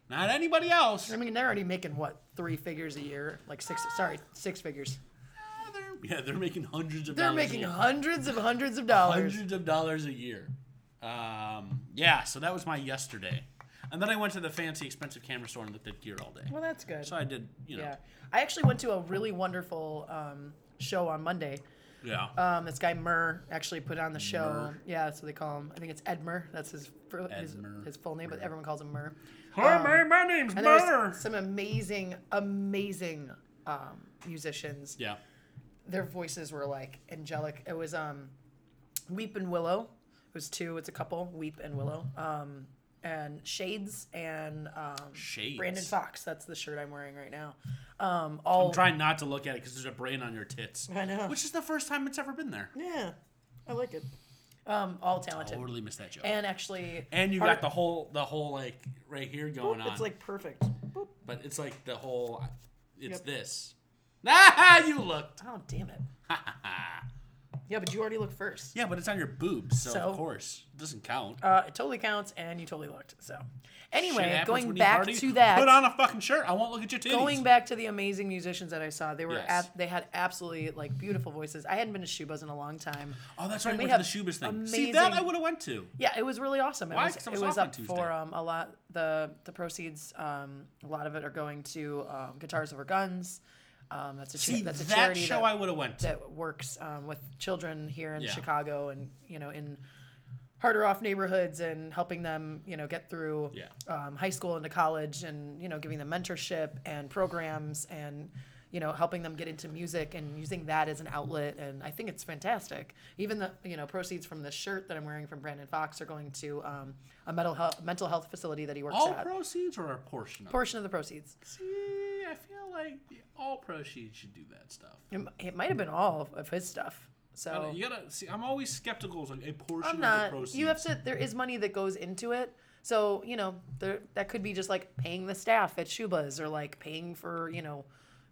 S3: not anybody else.
S2: I mean, they're already making what? 3 figures a year, like 6 sorry, 6 figures.
S3: Yeah, they're- Yeah, they're making hundreds of.
S2: They're
S3: dollars
S2: making
S3: a year.
S2: hundreds of hundreds of dollars.
S3: hundreds of dollars a year. Um, yeah, so that was my yesterday, and then I went to the fancy, expensive camera store and looked at gear all day.
S2: Well, that's good.
S3: So I did, you know.
S2: Yeah. I actually went to a really wonderful um, show on Monday
S3: Yeah.
S2: Um, this guy Murr actually put on the show.
S3: Murr.
S2: Yeah, that's what they call him. I think it's Ed Murr. That's his fir- his,
S3: Ed Murr.
S2: his full name, but everyone calls him Murr.
S3: Hi, man, my name's
S2: um, And there's
S3: Murr.
S2: some amazing, amazing um, musicians.
S3: Yeah.
S2: Their voices were like angelic. It was um, Weep and Willow. It was two. It's a couple. Weep and Willow. Um, and Shades and um,
S3: Mm-hmm. Shades.
S2: Brandon Fox. That's the shirt I'm wearing right now. Um, all
S3: I'm trying not to look at it because there's a brain on your tits.
S2: I know.
S3: Which is the first time it's ever been there.
S2: yeah, I like it. Um, all talented.
S3: Totally missed that joke. And,
S2: And actually,
S3: you
S2: Art-
S3: got the whole, the whole like right here going on.
S2: perfect.
S3: but it's like the whole, it's
S2: Yep.
S3: this. Ah, you looked.
S2: Oh damn it! yeah, but you already looked first.
S3: Yeah, but it's on your boobs, so,
S2: So?
S3: of course it doesn't count.
S2: Uh, it totally counts, and you totally looked. So,
S3: Shit
S2: anyway,
S3: happens
S2: going
S3: when you
S2: back
S3: party.
S2: to that,
S3: Put on a fucking shirt. I won't look at your titties.
S2: going back to the amazing musicians that I saw, they were
S3: Yes.
S2: ab- they had absolutely like beautiful voices. I hadn't been to Shubas in a long time.
S3: Oh, that's right.
S2: And
S3: We
S2: we
S3: went to the
S2: have
S3: Shubas thing. See that I
S2: amazing-
S3: would have went to.
S2: Yeah, it was really awesome. It
S3: Why?
S2: was,
S3: 'Cause I was
S2: it was
S3: off on
S2: up
S3: Tuesday.
S2: for um, a lot. The the proceeds, um, a lot of it are going to um, Guitars Over Guns. Um, that's a cha-
S3: See
S2: that's a
S3: that
S2: charity
S3: show
S2: that-
S3: I would have went to.
S2: that works um, with children here in
S3: Yeah.
S2: Chicago and you know in harder off neighborhoods and helping them you know get through
S3: Yeah.
S2: um, high school into college and you know giving them mentorship and programs and you know helping them get into music and using that as an outlet and I think it's fantastic. Even the you know proceeds from the shirt that I'm wearing from Brandon Fox are going to um, a mental health mental health facility that he works
S3: All
S2: at.
S3: proceeds or a portion of. it?
S2: Portion of the proceeds.
S3: See, I feel like all proceeds should do that stuff.
S2: It m- It might have been all of- of his stuff. So
S3: I don't- You gotta see. I'm always skeptical. Of like a portion
S2: Oh. I'm
S3: of the
S2: not.
S3: proceeds.
S2: You have to. There is money that goes into it. So you know, there that could be just like paying the staff at Shuba's or like paying for you know,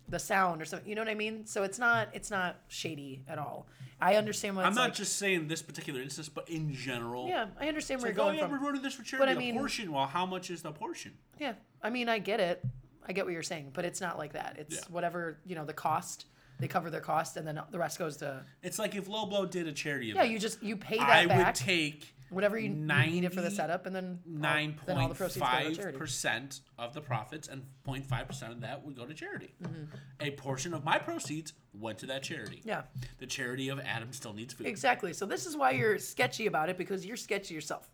S2: the sound or something. You know what I mean? So it's not. It's not shady at all. I understand what
S3: I'm
S2: it's
S3: not
S2: like.
S3: just saying this particular instance, but in general.
S2: yeah, I understand where
S3: Like,
S2: you're
S3: oh
S2: going
S3: yeah,
S2: from.
S3: we're voting this for charity.
S2: I
S3: a
S2: mean-
S3: portion. Well, how much is the portion?
S2: Yeah, I mean, I get it. I get what you're saying, but it's not like that. It's
S3: Yeah.
S2: whatever you know the cost. They cover their cost, and then the rest goes to
S3: It's like if Low Blow did a charity
S2: yeah.
S3: event.
S2: You just you pay that
S3: I would
S2: back.
S3: take
S2: Whatever you needed for the
S3: 90
S2: setup, and then all-
S3: nine
S2: then all the
S3: point
S2: proceeds go to
S3: five
S2: charity.
S3: percent of the profits, and 0.5 percent of that would go to charity. A portion of my proceeds went to that charity.
S2: Mm-hmm. Yeah.
S3: The charity of Adam still needs food.
S2: Exactly. So this is why you're sketchy about it because you're sketchy yourself.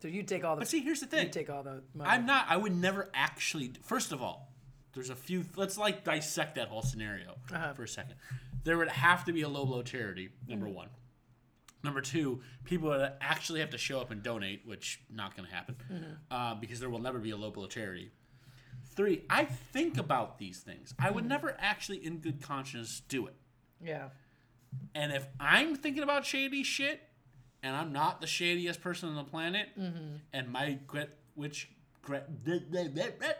S2: So you take all the
S3: But see, here's the
S2: you
S3: thing.
S2: take all the money.
S3: I'm not. I would never actually. d- First of all, there's a few. Let's like dissect that whole scenario for a second. There would have to be a low blow charity. Number one. Number two, people would actually have to show up and donate, which not going to happen uh, because there will never be a low blow charity. Three, I think about these things. I would never actually, in good conscience, do it.
S2: yeah.
S3: And if I'm thinking about shady shit, and I'm not the shadiest person on the planet,
S2: Mm-hmm.
S3: and my grit, which grit,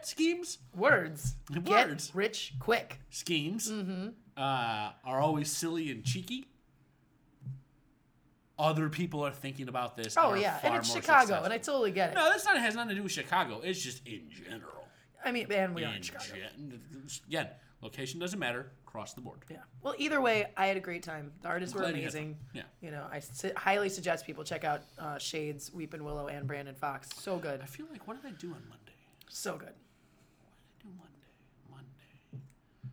S3: schemes
S2: Words.
S3: Words.
S2: Get rich quick.
S3: schemes
S2: Mm-hmm.
S3: uh, are always silly and cheeky. Other people are thinking about this.
S2: Oh
S3: are
S2: yeah, and
S3: far
S2: it's
S3: more
S2: Chicago,
S3: successful.
S2: and I totally get it.
S3: no, that's not has nothing to do with Chicago. It's just in general.
S2: I mean, and we are
S3: In
S2: in Chicago.
S3: gen- again, location doesn't matter. Across the board.
S2: Yeah. Well, either way, I had a great time. The artists were
S3: glad you had
S2: amazing.
S3: fun. Yeah.
S2: You know, I su- highly suggest people check out uh, Shades, Weepin' Willow, and Brandon Fox. So good.
S3: I feel like what did I do on Monday?
S2: So good.
S3: do Monday. Monday.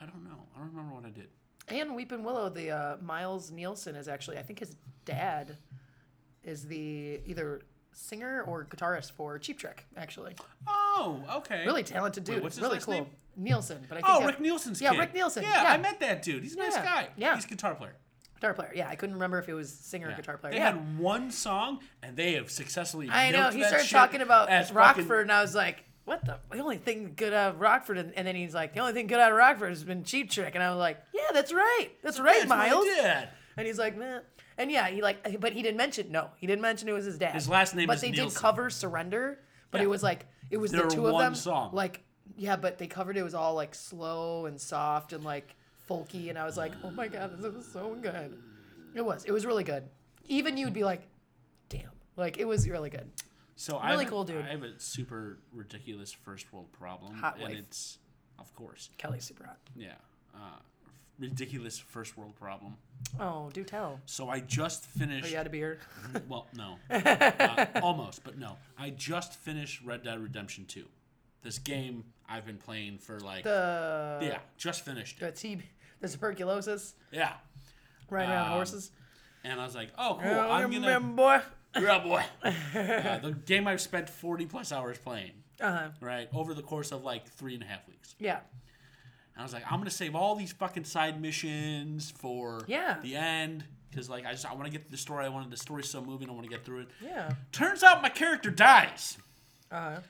S3: I don't know. I don't remember what I did.
S2: And Weepin' Willow, the uh, Miles Nielsen is actually, I think his dad is the either singer or guitarist for Cheap Trick, actually.
S3: Oh, okay.
S2: Really talented dude.
S3: what's his
S2: really
S3: last
S2: cool.
S3: name?
S2: Nielsen, but I think
S3: Oh,
S2: that-
S3: Rick Nielsen's
S2: Yeah,
S3: kid.
S2: Rick Nielsen.
S3: Yeah,
S2: Yeah,
S3: I met that dude. He's a nice
S2: Yeah,
S3: guy.
S2: yeah.
S3: He's a guitar player.
S2: guitar player. Yeah, I couldn't remember if it was singer or
S3: Yeah.
S2: guitar player.
S3: They
S2: yeah.
S3: had one song, and they have successfully.
S2: I know.
S3: milked
S2: He
S3: that
S2: started
S3: shit
S2: talking about
S3: as
S2: Rockford,
S3: fucking-
S2: and I was like, "What the? The only thing good out of Rockford?" And, and then he's like, "The only thing good out of Rockford has been Cheap Trick." And I was like, "Yeah, that's right. That's right,
S3: That's what I
S2: Miles."
S3: did.
S2: And he's like, Meh. and yeah, he like, but he didn't mention. No, he didn't mention it was his dad.
S3: His last name
S2: But
S3: is
S2: they did
S3: Nielsen.
S2: cover "Surrender," but
S3: Yeah.
S2: it was like it was
S3: Their
S2: the two of
S3: one
S2: them.
S3: song.
S2: Like, yeah, but they covered it. it was all like slow and soft and like folky, and I was like, oh my god, this is so good. It was. It was really good. Even you would be like, damn. Like it was really good.
S3: So I
S2: Really
S3: have-
S2: cool dude.
S3: I have a super ridiculous first world problem,
S2: Hot
S3: and
S2: wife.
S3: it's, of course,
S2: Kelly's super hot.
S3: yeah, uh, ridiculous first world problem.
S2: Oh, do tell.
S3: So I just finished.
S2: But you had a beer.
S3: Well, no, uh, almost, but no. I just finished Red Dead Redemption Two. This game I've been playing for like
S2: The
S3: yeah, just finished it.
S2: the T the tuberculosis.
S3: Yeah,
S2: riding around
S3: Um,
S2: horses.
S3: And I was like, oh, cool.
S2: Yeah,
S3: I'm going to.
S2: man, boy.
S3: Yeah, boy. Uh, the game I've spent 40 plus hours playing,
S2: Uh-huh.
S3: right? Over the course of like three and a half weeks.
S2: Yeah.
S3: And I was like, I'm going to save all these fucking side missions for
S2: Yeah.
S3: the end. Because, like, I just I want to get to the story. I wanted the story so moving. I want to get through it.
S2: Yeah.
S3: Turns out my character dies.
S2: Uh-huh.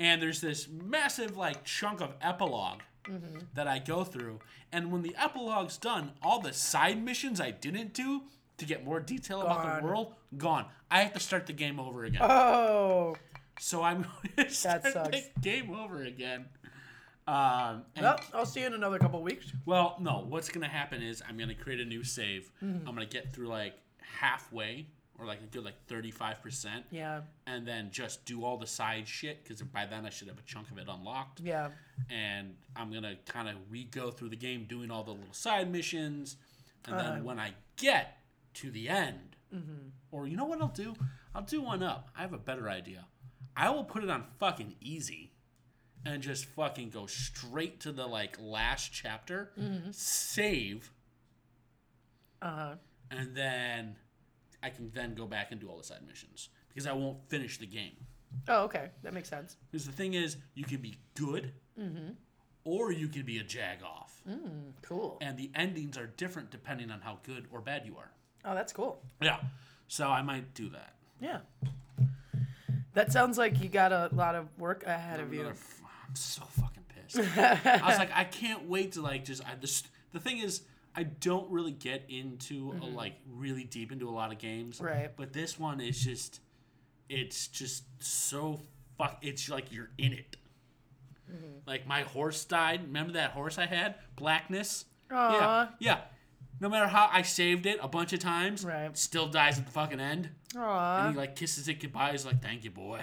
S3: and there's this massive like chunk of epilog
S2: Mm-hmm.
S3: that I go through, and when the epilogue's done, all the side missions I didn't do to get more detail about
S2: Gone.
S3: the world gone. I have to start the game over again.
S2: Oh.
S3: so I'm going to start the
S2: sucks.
S3: game over again. Um, and-
S2: Well, I'll see you in another couple weeks.
S3: well, no. What's gonna happen is I'm gonna create a new save.
S2: Mm-hmm.
S3: I'm gonna get through like halfway or like a good like 35 percent,
S2: Yeah.
S3: and then just do all the side shit because by then I should have a chunk of it unlocked
S2: Yeah.
S3: and I'm gonna kind of re-go through the game doing all the little side missions, and then when I get to the end, or you know what I'll do? I'll do one up. I have a better idea. I will put it on fucking easy, and just fucking go straight to the like last chapter, save,
S2: Uh-huh.
S3: and then I can then go back and do all the side missions because I won't finish the game.
S2: Oh, okay. That makes sense.
S3: Because the thing is, you can be good,
S2: Mm-hmm.
S3: or you can be a jag off.
S2: Cool.
S3: and the endings are different depending on how good or bad you are.
S2: Oh, that's cool.
S3: Yeah. So I might do that.
S2: Yeah. That sounds like you got a lot of work ahead of you.
S3: Another f- I'm so fucking pissed. I was like, I can't wait to like just. I just the thing is, I don't really get into uh, like really deep into a lot of games.
S2: Mm-hmm. Right.
S3: But this one is just, it's just so fuck. It's like you're in it.
S2: Mm-hmm.
S3: Like my horse died. Remember that horse I had? Blackness. Yeah.
S2: Aw.
S3: Yeah. No matter how I saved it a bunch of times,
S2: Right. Uh.
S3: still dies at the fucking end. And
S2: Aw.
S3: he like kisses it goodbye. He's like, "Thank you, boy."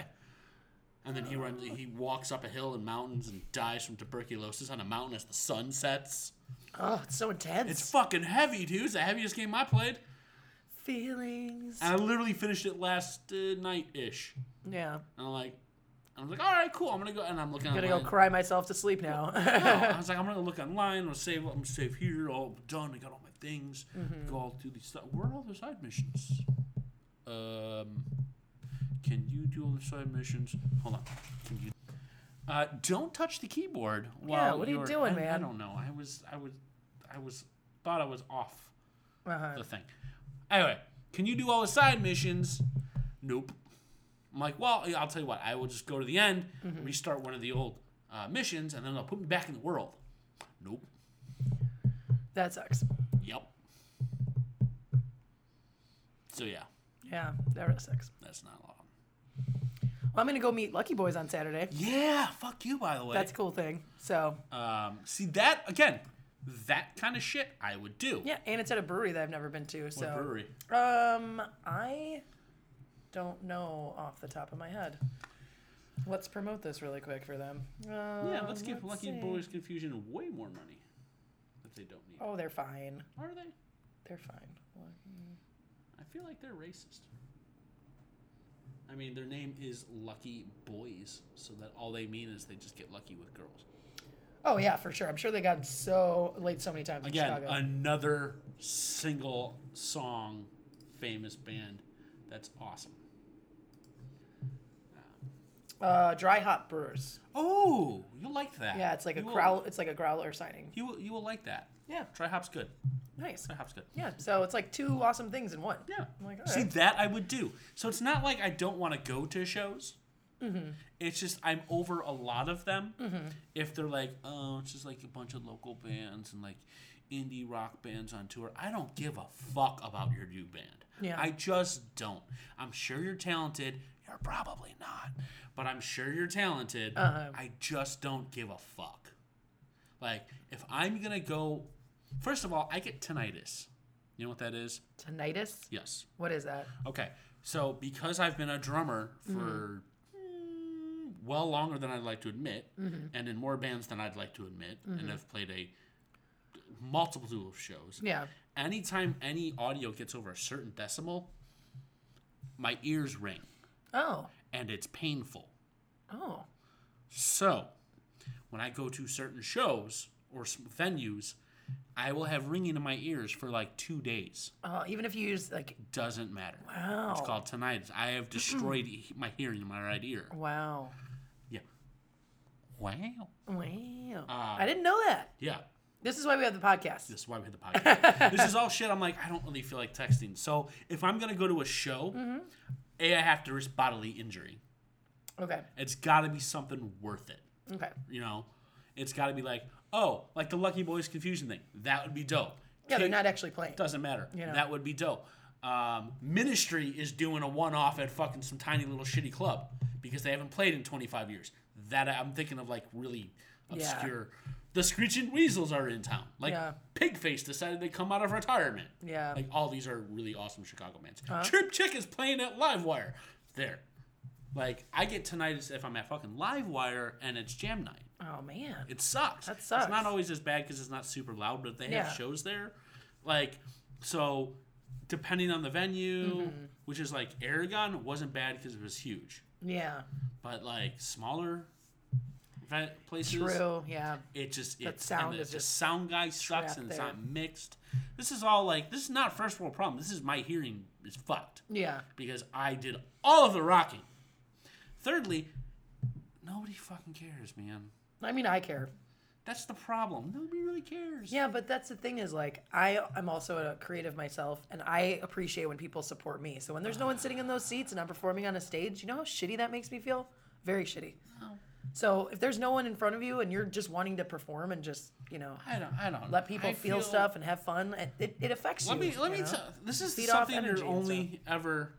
S3: And then he runs. He walks up a hill and mountains and dies from tuberculosis on a mountain as the sun sets.
S2: Oh, it's so intense.
S3: It's fucking heavy, dude. It's the heaviest game I played,
S2: feelings.
S3: and I literally finished it last uh, night ish.
S2: Yeah.
S3: And I'm like, I was like, all right, cool. I'm gonna go. And I'm looking.
S2: I'm gonna go
S3: online.
S2: cry myself to sleep now.
S3: No, I was like, I'm gonna look online. I'll save. I'm gonna save here. All done. I got all my things.
S2: Mm-hmm.
S3: Go all do these stuff. Where are all the side missions? Um, can you do all the side missions? Hold on. Can you? Uh, don't touch the keyboard. While
S2: what are you
S3: you're-
S2: doing,
S3: I, I
S2: man?
S3: don't know. I was. I was. I was. Thought I was off
S2: uh-huh.
S3: the thing. Anyway, can you do all the side missions? Nope. I'm like, well, yeah, I'll tell you what. I will just go to the end, restart one of the old uh, missions, and then they'll put me back in the world. Nope.
S2: That sucks.
S3: Yep. So yeah,
S2: Yeah, that really sucks.
S3: that's not long.
S2: Well, I'm gonna go meet Lucky Boys on Saturday.
S3: Yeah, fuck you, by the way.
S2: That's a cool thing. So
S3: um, see that again. That kind of shit I would do.
S2: yeah, and it's at a brewery that I've never been to. So
S3: What brewery?
S2: um, I don't know off the top of my head. Let's promote this really quick for them. Um,
S3: Yeah, uh, let's give Lucky
S2: see.
S3: Boys Confusion way more money that they don't need.
S2: Oh, they're fine.
S3: Are they?
S2: They're fine.
S3: I feel like they're racist. I mean, their name is Lucky Boys, so that all they mean is they just get lucky with girls.
S2: Oh yeah, for sure. I'm sure they got so late so many times in
S3: Again,
S2: Chicago.
S3: another single song, famous band. That's awesome.
S2: uh, Dry Hop Brewers.
S3: Oh, you'll like that.
S2: Yeah, it's like a
S3: You will-
S2: growl. It's like a growler signing.
S3: You will, you will like that.
S2: Yeah,
S3: Try hop's good.
S2: nice.
S3: Try hop's good.
S2: Yeah, so it's like two awesome things in one.
S3: Yeah.
S2: I'm like, all
S3: See
S2: right.
S3: that I would do. So it's not like I don't want to go to shows.
S2: Mm-hmm.
S3: It's just I'm over a lot of them. If they're like, oh, it's just like a bunch of local bands and like indie rock bands on tour, I don't give a fuck about your new band.
S2: Yeah.
S3: I just don't. I'm sure you're talented. You're probably not, but I'm sure you're talented.
S2: Uh-huh.
S3: I just don't give a fuck. Like if I'm gonna go, first of all, I get tinnitus. You know what that is?
S2: Tinnitus?
S3: Yes.
S2: What is that?
S3: Okay. So because I've been a drummer
S2: Mm-hmm.
S3: for mm, well longer than I'd like to admit,
S2: Mm-hmm.
S3: and in more bands than I'd like to admit, and I've played a multitude of shows.
S2: Yeah.
S3: Anytime any audio gets over a certain decimal, my ears ring
S2: Oh.
S3: and it's painful.
S2: Oh.
S3: So when I go to certain shows or s- venues I will have ringing in my ears for like two days.
S2: Oh, even if you use like
S3: Doesn't matter.
S2: wow,
S3: It's called tinnitus. I have destroyed e- my hearing in my right ear.
S2: wow,
S3: Yeah. Wow.
S2: wow.
S3: Ah.
S2: I didn't know that.
S3: Yeah.
S2: This is why we have the podcast.
S3: This is why we had the podcast. this is all shit. I'm like, I don't really feel like texting. So if I'm gonna go to a show,
S2: Mm-hmm.
S3: a I have to risk bodily injury.
S2: Okay,
S3: It's got to be something worth it.
S2: okay,
S3: You know, it's got to be like, oh, like the Lucky Boys confusion thing. That would be dope.
S2: yeah, they're
S3: Take-
S2: not actually playing.
S3: Doesn't matter.
S2: know.
S3: That would be dope. Um, Ministry is doing a one-off at fucking some tiny little shitty club because they haven't played in 25 years. That I'm thinking of like really
S2: Yeah.
S3: obscure. The Screeching Weasels are in town. Like
S2: Yeah.
S3: Pigface decided they come out of retirement.
S2: Yeah. Uh-huh.
S3: Like all these are really awesome Chicago bands. Trip Chick is playing at Livewire. There. Like I get tinnitus if I'm at fucking Livewire and it's jam night.
S2: Oh man,
S3: It sucks.
S2: That sucks.
S3: It's not always as bad because it's not super loud, but they
S2: Yeah.
S3: have shows there. Like, so depending on the venue,
S2: Mm-hmm.
S3: which is like Aragon wasn't bad because it was huge,
S2: yeah,
S3: but like smaller ve- places,
S2: true, yeah,
S3: it just it's
S2: sound
S3: and the,
S2: is
S3: the
S2: just
S3: sound guy sucks
S2: trapped
S3: and it's
S2: there.
S3: not mixed. This is all like this is not first world problem. This is my hearing is fucked
S2: yeah.
S3: because I did all of the rocking. Thirdly, nobody fucking cares, man.
S2: I mean, I care.
S3: That's the problem. Nobody really cares.
S2: Yeah, but that's the thing is like I I'm also a creative myself and I appreciate when people support me. So when there's no one sitting in those seats and I'm performing on a stage, you know how shitty that makes me feel? Very shitty.
S3: Oh.
S2: So if there's no one in front of you and you're just wanting to perform and just, you know,
S3: I don't. I don't.
S2: let people
S3: I
S2: feel, stuff and have fun, it, it, it affects
S3: Let
S2: you.
S3: me. Let
S2: you
S3: me.
S2: know?
S3: T- this is
S2: Feed off
S3: something
S2: energy
S3: you're
S2: and
S3: only ever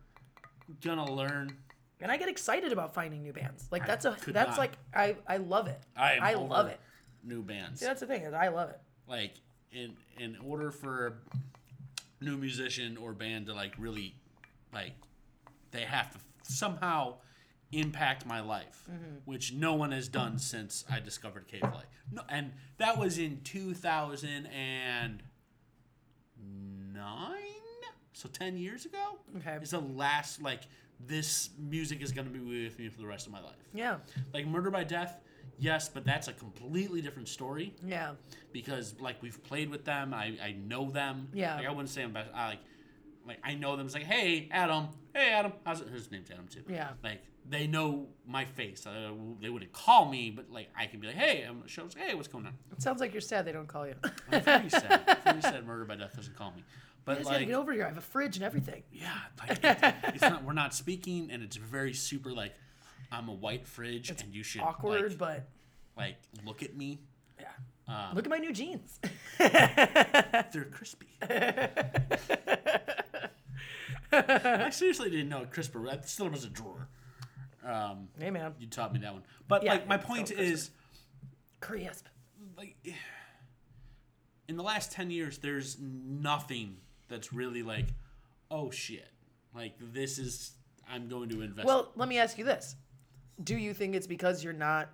S3: gonna learn.
S2: and I get excited about finding new bands. Like that's a
S3: could
S2: that's
S3: not.
S2: like I I love it.
S3: I am
S2: love
S3: over
S2: it.
S3: New bands.
S2: See, that's the thing is I love it.
S3: Like in in order for a new musician or band to like really like they have to somehow impact my life, which no one has done since I discovered Cave Light. No, and that was in 2009, so 10 years ago.
S2: Okay.
S3: It's the last like this music is going to be with me for the rest of my life.
S2: Yeah.
S3: Like Murder by Death, yes, but that's a completely different story
S2: Yeah.
S3: because like we've played with them. I, I know them.
S2: Yeah.
S3: Like I wouldn't say I'm best. I like like I know them. It's like hey Adam, hey Adam. How's it? His name's Adam too.
S2: Yeah.
S3: Like they know my face. Uh, they wouldn't call me, but like I can be like hey, I'm at shows. Hey, what's going on?
S2: It sounds like you're sad they don't call you.
S3: I'm very sad. very sad. Murder by Death doesn't call me.
S2: I
S3: But
S2: just gotta
S3: like
S2: get over here. I have a fridge and everything.
S3: yeah, like it- it's not. We're not speaking, and it's very super like. I'm a white fridge, and you should
S2: awkward,
S3: like, Um,
S2: but
S3: like look at me.
S2: yeah. Look at my new jeans.
S3: They're crispy. I seriously didn't know crisper. That still was a drawer. Um,
S2: hey man,
S3: you taught me that one. But
S2: Yeah,
S3: like my
S2: it's still
S3: point
S2: crisper.
S3: is,
S2: crisp.
S3: like, in the last ten years, there's nothing that's really like, oh shit, like this is I'm going to invest.
S2: Well, let me ask you this: Do you think it's because you're not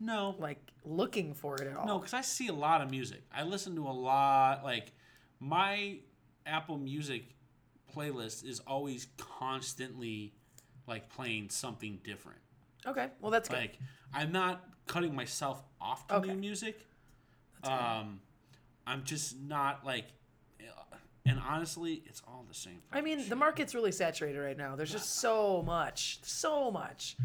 S3: no,
S2: like looking for it at all?
S3: No, because I see a lot of music. I listen to a lot. Like my Apple Music playlist is always constantly like playing something different.
S2: Okay, well that's good.
S3: Like I'm not cutting myself off to
S2: Okay.
S3: new music. um, I'm just not like, uh, and honestly, it's all the same.
S2: I mean, the market's really saturated right now. There's just so much, so much.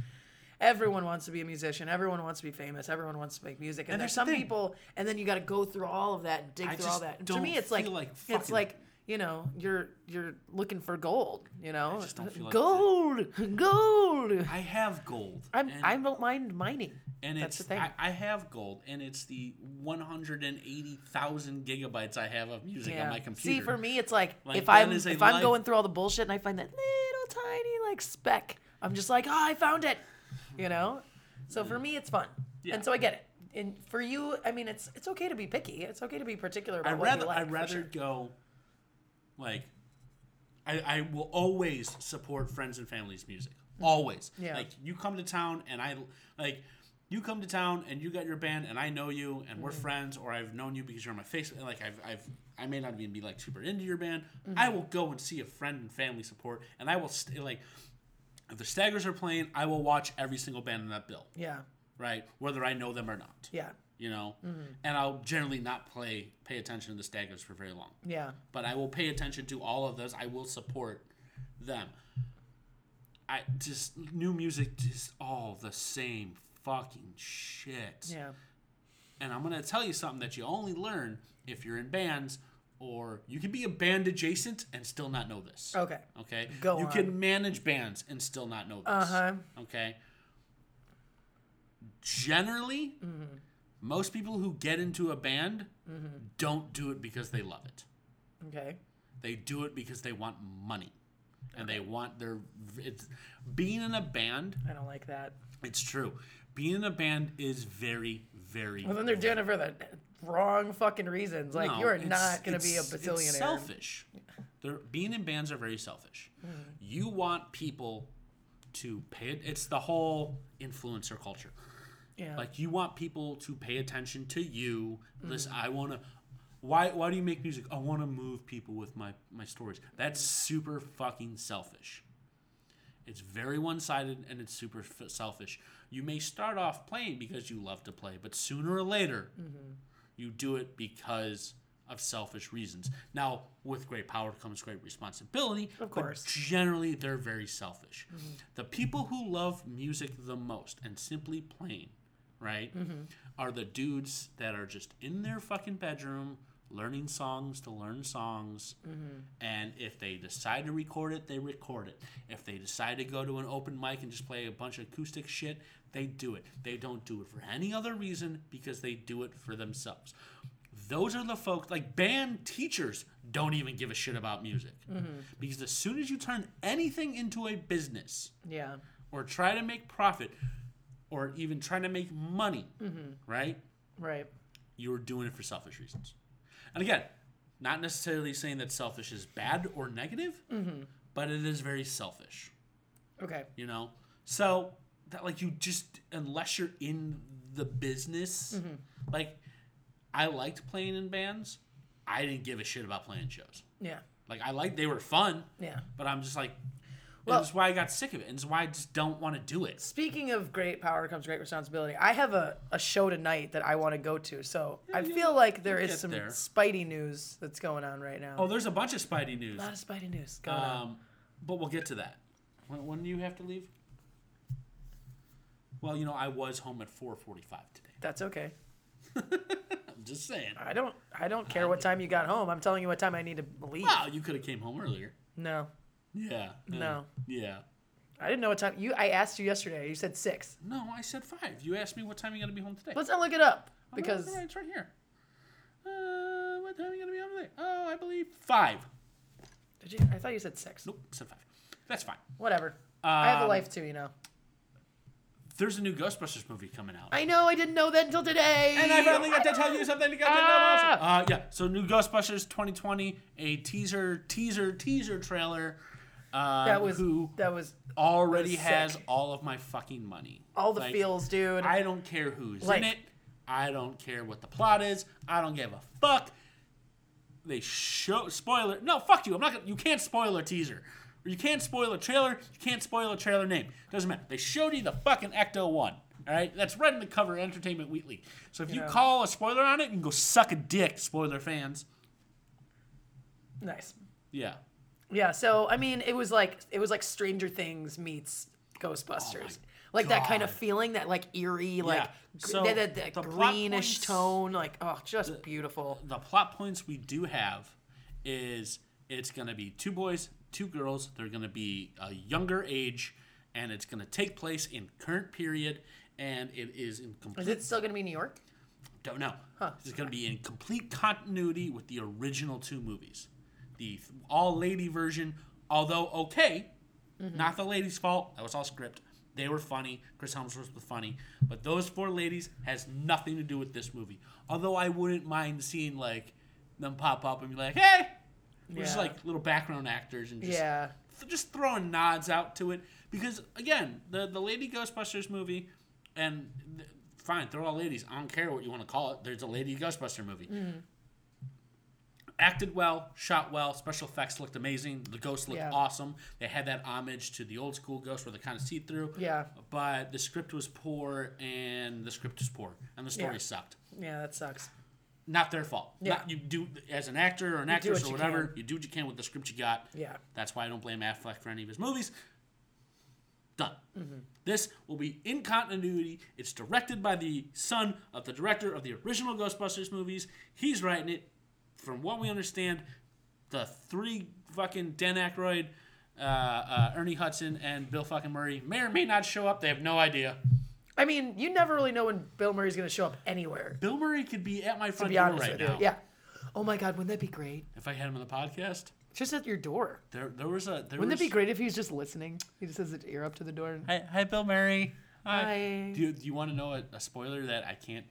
S2: Everyone wants to be a musician. Everyone wants to be famous. Everyone wants to make music. And,
S3: And
S2: there's
S3: that's
S2: some
S3: the thing.
S2: people, and then you got to go through all of that, and dig
S3: I
S2: through all
S3: just
S2: that. And to
S3: don't
S2: me, it's like,
S3: feel like
S2: it's
S3: fucking-
S2: like you know, you're you're looking for gold. You know,
S3: just don't feel like
S2: gold, gold.
S3: I have gold.
S2: I'm
S3: and-
S2: I don't mind mining.
S3: And
S2: That's
S3: it's
S2: the thing.
S3: I, I have gold, and it's the one hundred and eighty thousand gigabytes I have of music on my computer.
S2: See, for me, it's like,
S3: Like,
S2: if
S3: that
S2: I'm
S3: is
S2: if
S3: a
S2: I'm
S3: life-
S2: going through all the bullshit and I find that little tiny like speck, I'm just like, oh, I found it, you know. So for me, it's fun,
S3: Yeah.
S2: and so I get it. And for you, I mean, it's it's okay to be picky. It's okay to be particular about
S3: I'd
S2: what
S3: rather
S2: you like.
S3: I'd
S2: for
S3: rather
S2: sure.
S3: go, like, I I will always support friends and family's music. Always.
S2: Yeah.
S3: Like you come to town, and I like. You come to town and you got your band and I know you and
S2: Mm-hmm.
S3: we're friends or I've known you because you're on my Facebook and like I've, I've I may not even be like super into your band.
S2: Mm-hmm.
S3: I will go and see a friend and family support and I will stay like if the Staggers are playing I will watch every single band in that bill.
S2: Yeah,
S3: right? Whether I know them or not.
S2: yeah,
S3: you know,
S2: Mm-hmm.
S3: and I'll generally not play pay attention to the staggers for very long.
S2: Yeah.
S3: But I will pay attention to all of those. I will support them. I just new music just all the same fucking shit.
S2: Yeah.
S3: And I'm gonna tell you something that you only learn if you're in bands, or you can be a band adjacent and still not know this.
S2: Okay.
S3: Okay.
S2: Oh. Go
S3: you
S2: on.
S3: can manage bands and still not know this.
S2: Uh-huh.
S3: Okay. Generally,
S2: Mm-hmm.
S3: most people who get into a band don't do it because they love it.
S2: Okay.
S3: They do it because they want money. And they want their it's being in a band,
S2: I don't like that.
S3: it's true. Being in a band is very, very
S2: Well, then they're doing it for the wrong fucking reasons. Like you are
S3: it's-
S2: not going to be a
S3: it's- it's
S2: bazillionaire.
S3: selfish. They're, being in bands are very selfish.
S2: Mm-hmm.
S3: You want people to pay. it- It's the whole influencer culture.
S2: Yeah.
S3: Like you want people to pay attention to you. Listen, I want to. Why? Why do you make music? I want to move people with my my stories. That's super fucking selfish. It's very one sided and it's super f- selfish. You may start off playing because you love to play, but sooner or later,
S2: Mm-hmm.
S3: you do it because of selfish reasons. Now, with great power comes great responsibility. Of
S2: course. Mm-hmm.
S3: generally, they're very selfish. The people who love music the most and simply playing, right, are the dudes that are just in their fucking bedroom learning songs to learn songs. And if they decide to record it, they record it. If they decide to go to an open mic and just play a bunch of acoustic shit, they do it. They don't do it for any other reason because they do it for themselves. Those are the folks, like band teachers, don't even give a shit about music. Because as soon as you turn anything into a business
S2: yeah.
S3: or try to make profit or even trying to make money, right?
S2: Right.
S3: you were doing it for selfish reasons. And again, not necessarily saying that selfish is bad or negative, but it is very selfish,
S2: Okay.
S3: you know? So that like you just unless you're in the business, like I liked playing in bands. I didn't give a shit about playing shows.
S2: Yeah.
S3: Like I liked they were fun,
S2: Yeah.
S3: but I'm just like
S2: Well-
S3: that's why I got sick of it. And it's why I just don't want to do it.
S2: Speaking of great power comes great responsibility. I have a, a show tonight that I want to go to, so I feel like there is
S3: get
S2: some
S3: there.
S2: Spidey news that's going on right now.
S3: Oh, there's a bunch of Spidey news.
S2: a lot of Spidey news going on.
S3: Um, but we'll get to that. When, when do you have to leave? Well, you know, I was home at 4:45 today.
S2: That's okay.
S3: I'm just saying.
S2: I don't I don't care what time you got home. I'm telling you what time I need to leave.
S3: Wow, you could have came home earlier.
S2: No,
S3: Yeah.
S2: No.
S3: Yeah.
S2: I didn't know what time you. I asked you yesterday. You said six.
S3: No, I said five. You asked me what time you gotta be home today.
S2: Let's not look it up
S3: Oh, no,
S2: because
S3: no, no, it's right here. Uh, what time you gonna be home today? Oh, I believe five.
S2: did you, I thought you said six.
S3: Nope, said five. That's fine.
S2: Whatever. I have a
S3: Um,
S2: life too, you know.
S3: There's a new Ghostbusters movie coming out.
S2: I know. I didn't know that until today.
S3: And I finally got to tell you something. You got to know
S2: Ah!
S3: also. Uh, yeah. So new Ghostbusters 2020, a teaser, teaser, teaser trailer. Uh,
S2: that was
S3: who
S2: that was
S3: already
S2: was
S3: has
S2: sick.
S3: all of my fucking money.
S2: all the
S3: Like,
S2: feels, dude.
S3: I don't care who's
S2: Like-
S3: in it. I don't care what the plot is. I don't give a fuck. They show spoiler. No, fuck you. I'm not. Gonna, you can't spoil a teaser. You can't spoil a trailer. You can't spoil a trailer name. Doesn't matter. They showed you the fucking Ecto One. All right, that's right in the cover of Entertainment Weekly. So if you
S2: Yeah.
S3: call a spoiler on it, you can go suck a dick, spoiler fans.
S2: nice.
S3: Yeah.
S2: Yeah, so I mean, it was like it was like Stranger Things meets Ghostbusters,
S3: Oh
S2: like that kind of
S3: God.
S2: feeling, that like eerie, like gr-
S3: so
S2: that, that, that
S3: the plot
S2: greenish
S3: points-
S2: tone, like oh, just beautiful.
S3: the plot points we do have is it's going to be two boys, two girls. They're going to be a younger age, and it's going to take place in current period, and it is in
S2: Is
S3: complete.
S2: it still gonna be New York?
S3: Don't know. It's going to be in complete continuity with the original two movies, the all lady version. Although okay,
S2: Mm-hmm.
S3: not the ladies' fault. That was all script. They were funny. Chris Hemsworth was funny, but those four ladies has nothing to do with this movie. Although I wouldn't mind seeing like them pop up and be like, "Hey," we're just
S2: Yeah.
S3: like little background actors and just
S2: Yeah,
S3: th- just throwing nods out to it because again the the lady ghostbusters movie and
S2: Mm-hmm.
S3: th- fine they're all ladies i don't care what you want to call it there's a lady ghostbuster movie acted well, shot well, special effects looked amazing. The ghosts looked
S2: Yeah.
S3: awesome. They had that homage to the old school ghosts where they're kind of see through.
S2: Yeah.
S3: But the script was poor, and the script was poor, and the story
S2: Yeah.
S3: sucked.
S2: Yeah, that sucks.
S3: Not their fault.
S2: Yeah.
S3: Not- you do as an actor or an actress
S2: what
S3: or
S2: you
S3: whatever. You do what you can with the script you got.
S2: Yeah.
S3: That's why I don't blame Affleck for any of his movies. Done.
S2: Mm-hmm.
S3: This will be in continuity. It's directed by the son of the director of the original Ghostbusters movies. He's writing it. From what we understand, the three fucking Dan Aykroyd, uh, uh, Ernie Hudson, and Bill fucking Murray may or may not show up. They have no idea.
S2: I mean, you never really know when Bill Murray's going to show up anywhere.
S3: Bill Murray could be at my
S2: To
S3: front
S2: be
S3: door
S2: honest
S3: right
S2: with
S3: now.
S2: you, yeah. Oh my God, wouldn't that be great?
S3: If I had him on the podcast,
S2: Just at your door.
S3: there there was a there
S2: Wouldn't
S3: was,
S2: it be great if he was just listening? He just has his ear up to the door. And,
S3: Hi, hi, Bill Murray.
S2: Hi.
S3: Do you, do you want to know a, a spoiler that I can't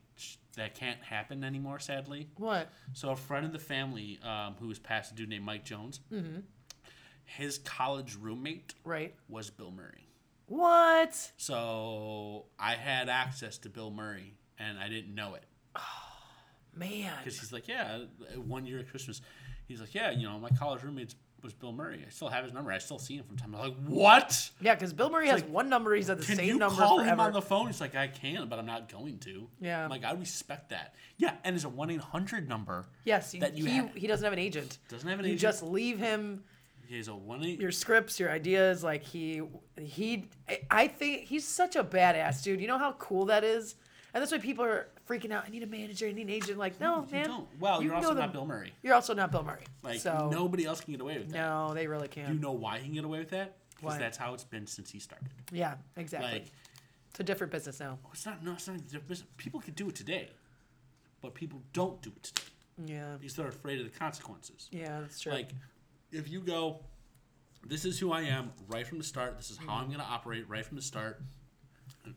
S3: that can't happen anymore? Sadly,
S2: what?
S3: so a friend of the family um, who was passed, a dude named Mike Jones. His college roommate
S2: Right.
S3: was Bill Murray,
S2: What?
S3: so I had access to Bill Murray, and I didn't know it
S2: Man.
S3: because he's like, yeah, one year at Christmas, he's like, yeah, you know, my college roommate was Bill Murray. I still have his number. I still see him from time. to time. I'm like, what?
S2: Yeah, because Bill Murray has
S3: like,
S2: one number. He's at the
S3: Can
S2: same
S3: you
S2: number
S3: call
S2: forever.
S3: him on the phone? He's like, I can, but I'm not going to.
S2: Yeah.
S3: I'm like, I respect that. Yeah, and it's a 1 800 number.
S2: yes, you,
S3: that you
S2: he,
S3: have.
S2: he doesn't have an agent.
S3: Doesn't have an
S2: you
S3: agent.
S2: just leave him
S3: He's a 1 8.
S2: your scripts, your ideas. Like he, he, I- I think he's such a badass dude. You know how cool that is, and that's why people are freaking out. I need a manager. I need an agent. Like no,
S3: You
S2: man.
S3: don't. Well, you are
S2: know
S3: also
S2: them-
S3: not Bill Murray.
S2: You're also not Bill Murray.
S3: Like,
S2: so
S3: nobody else can get away with that.
S2: no, they really can't.
S3: Do you know why he can get away with that? Because
S2: Why?
S3: that's how it's been since he started.
S2: yeah, exactly.
S3: Like, oh,
S2: it's a different business now.
S3: it's not, no, it's not, people can do it today, but people don't do it today
S2: Yeah,
S3: because they're afraid of the consequences.
S2: yeah, that's true.
S3: Like, if you go, this is who I am right from the start, this is how I'm going to operate right from the start,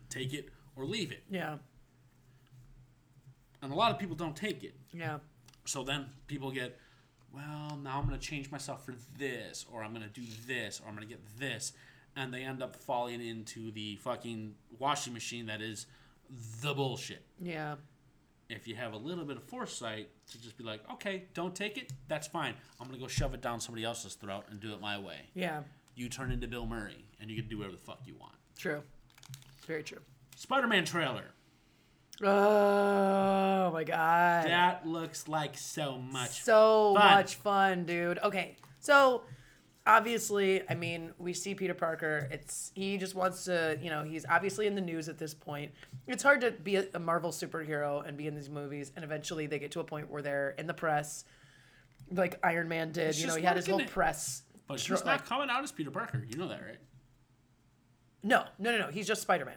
S3: take it or leave it.
S2: yeah,
S3: And a lot of people don't take it.
S2: yeah,
S3: So then people get, well, now I'm going to change myself for this, or I'm going to do this, or I'm going to get this. And they end up falling into the fucking washing machine that is the bullshit.
S2: yeah,
S3: If you have a little bit of foresight to just be like, okay, don't take it, that's fine. I'm going to go shove it down somebody else's throat and do it my way.
S2: yeah.
S3: You turn into Bill Murray and you can do whatever the fuck you want.
S2: True. Very true.
S3: Spider Man trailer.
S2: Oh my god.
S3: That looks like so much.
S2: so
S3: fun.
S2: much fun, dude. Okay, so obviously, I mean, we see Peter Parker. It's he just wants to, you know, he's obviously in the news at this point. It's hard to be a, a Marvel superhero and be in these movies, and eventually they get to a point where they're in the press, like Iron Man did. you know,
S3: just
S2: he had his
S3: working
S2: whole
S3: it.
S2: press.
S3: but
S2: tro-
S3: she's
S2: like-
S3: not coming out as Peter Parker. You know that, right?
S2: no, no, no, no. He's just Spider Man.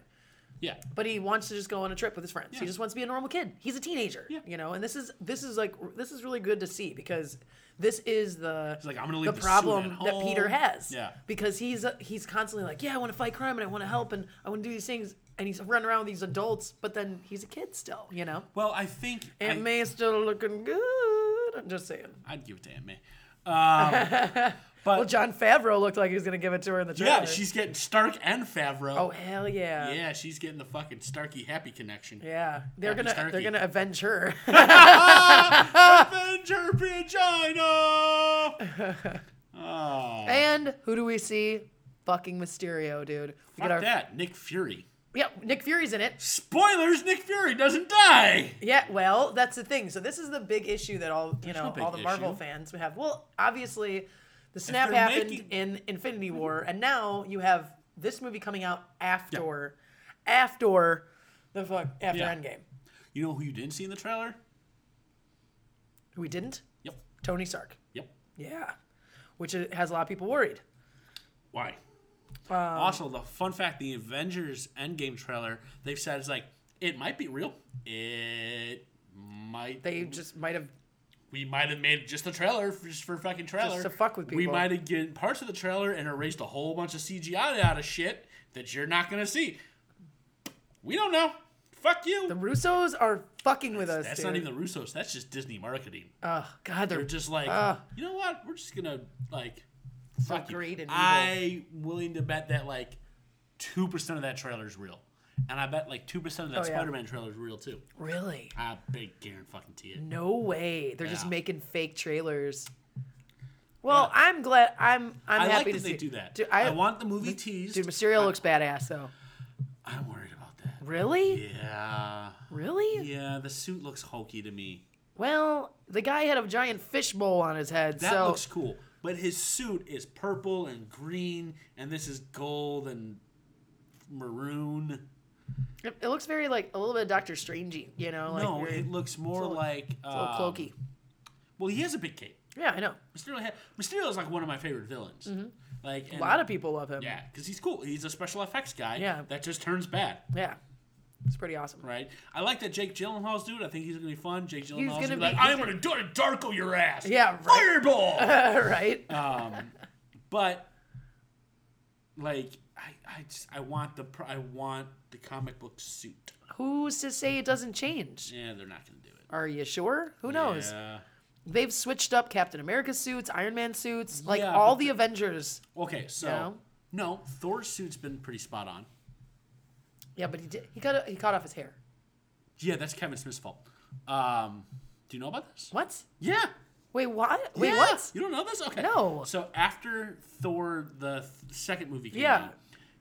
S3: Yeah.
S2: but he wants to just go on a trip with his friends. He
S3: Yeah.
S2: just wants to be a normal kid. He's a teenager,
S3: Yeah.
S2: you know. And this is this is like this is really good to see because this is the
S3: like, "I'm gonna leave
S2: the
S3: the suit
S2: problem
S3: at
S2: that Peter
S3: home."
S2: has.
S3: Yeah.
S2: because he's he's constantly like, yeah, I want to fight crime and I want to help and I want to do these things and he's running around with these adults, but then he's a kid still, you know.
S3: Well, I think
S2: Aunt
S3: I-
S2: May is still looking good. I'm just saying.
S3: I'd give it to Aunt May. Um, but
S2: Well, John Favreau looked like he was gonna give it to her in the trailer.
S3: yeah, she's getting Stark and Favreau.
S2: Oh hell yeah.
S3: yeah, she's getting the fucking Starky happy connection.
S2: Yeah. they're
S3: Happy
S2: gonna they're
S3: turkey.
S2: gonna avenge her.
S3: Avenge her vagina. Oh,
S2: And who do we see? Fucking Mysterio, dude. We
S3: fuck
S2: get our,
S3: that, Nick Fury.
S2: Yeah, Nick Fury's in it.
S3: Spoilers: Nick Fury doesn't die.
S2: Yeah, well, that's the thing. So this is the big issue that all you
S3: no
S2: know,
S3: big
S2: all the Marvel
S3: issue.
S2: fans we have. Well, obviously, the snap
S3: they're
S2: happened
S3: making-
S2: in Infinity War, and now you have this movie coming out after, after the fuck after
S3: Yeah.
S2: Endgame.
S3: You know who you didn't see in the trailer?
S2: Who we didn't?
S3: Yep,
S2: Tony Stark.
S3: yep.
S2: Yeah, which it has a lot of people worried.
S3: Why? also, the fun fact: the Avengers Endgame trailer they've said is like it might be real. It might
S2: They just might have.
S3: we might have made just the trailer for, just for fucking trailer.
S2: to fuck with
S3: We
S2: people.
S3: might have given parts of the trailer and erased a whole bunch of CGI out of shit that you're not gonna see. We don't know. Fuck you.
S2: The Russos are fucking with us.
S3: that's
S2: dude.
S3: not even the Russos. That's just Disney marketing.
S2: Oh God, they're
S3: They're just like,
S2: Ah.
S3: you know what? We're just gonna like
S2: so
S3: fuck you.
S2: great and evil.
S3: I'm willing to bet that like two percent of that trailer is real. And I bet like two percent of that
S2: Oh, yeah.
S3: Spider-Man trailer is real too.
S2: Really?
S3: I big Garen fucking T it.
S2: No way. They're just
S3: Yeah.
S2: making fake trailers. Well,
S3: Yeah.
S2: I'm glad. I'm I'm
S3: I
S2: happy
S3: like
S2: to
S3: that
S2: see.
S3: they do that.
S2: Dude,
S3: I,
S2: I,
S3: want the movie teased.
S2: dude Mysterio looks badass though.
S3: I'm worried about that.
S2: Really?
S3: Yeah.
S2: Really?
S3: Yeah, the suit looks hokey to me.
S2: Well, the guy had a giant fishbowl on his head,
S3: That
S2: so
S3: looks cool. But his suit is purple and green, and this is gold and maroon.
S2: it, it looks very like a little bit of Doctor Strangey, you know? Like
S3: no,
S2: very-
S3: it looks more
S2: it's a-
S3: like
S2: a little
S3: um,
S2: cloaky.
S3: Well, he has a big cape.
S2: Yeah, I know.
S3: Mysterio, ha- Mysterio is like one of my favorite villains. Like
S2: A lot of Mm-hmm. people love him.
S3: yeah, because he's cool. He's a special effects guy.
S2: Yeah.
S3: that just turns bad.
S2: Yeah. It's pretty awesome.
S3: Right. I like that Jake Gyllenhaal's dude. I think he's gonna be fun. Jake Gyllenhaal's
S2: gonna
S3: gonna be
S2: be-
S3: like,
S2: he's
S3: I'm
S2: gonna-
S3: gonna do it, Darko your ass.
S2: Yeah, right.
S3: Fireball.
S2: right?
S3: um, but like, I, I just I want the pr- I want the comic book suit.
S2: Who's to say it doesn't change?
S3: Yeah, they're not gonna do it.
S2: Are you sure? Who knows?
S3: Yeah.
S2: They've switched up Captain America suits, Iron Man suits, like
S3: Yeah,
S2: all
S3: but
S2: the Avengers.
S3: Okay, so
S2: Yeah.
S3: no, Thor's suit's been pretty spot on.
S2: Yeah, but he did, he cut he cut off his hair.
S3: Yeah, that's Kevin Smith's fault. Um, do you know about this?
S2: What?
S3: Yeah.
S2: Wait, what? Wait,
S3: Yeah.
S2: what?
S3: You don't know this? Okay.
S2: No.
S3: So after Thor, the th- second movie came
S2: Yeah. Uh-huh.
S3: out,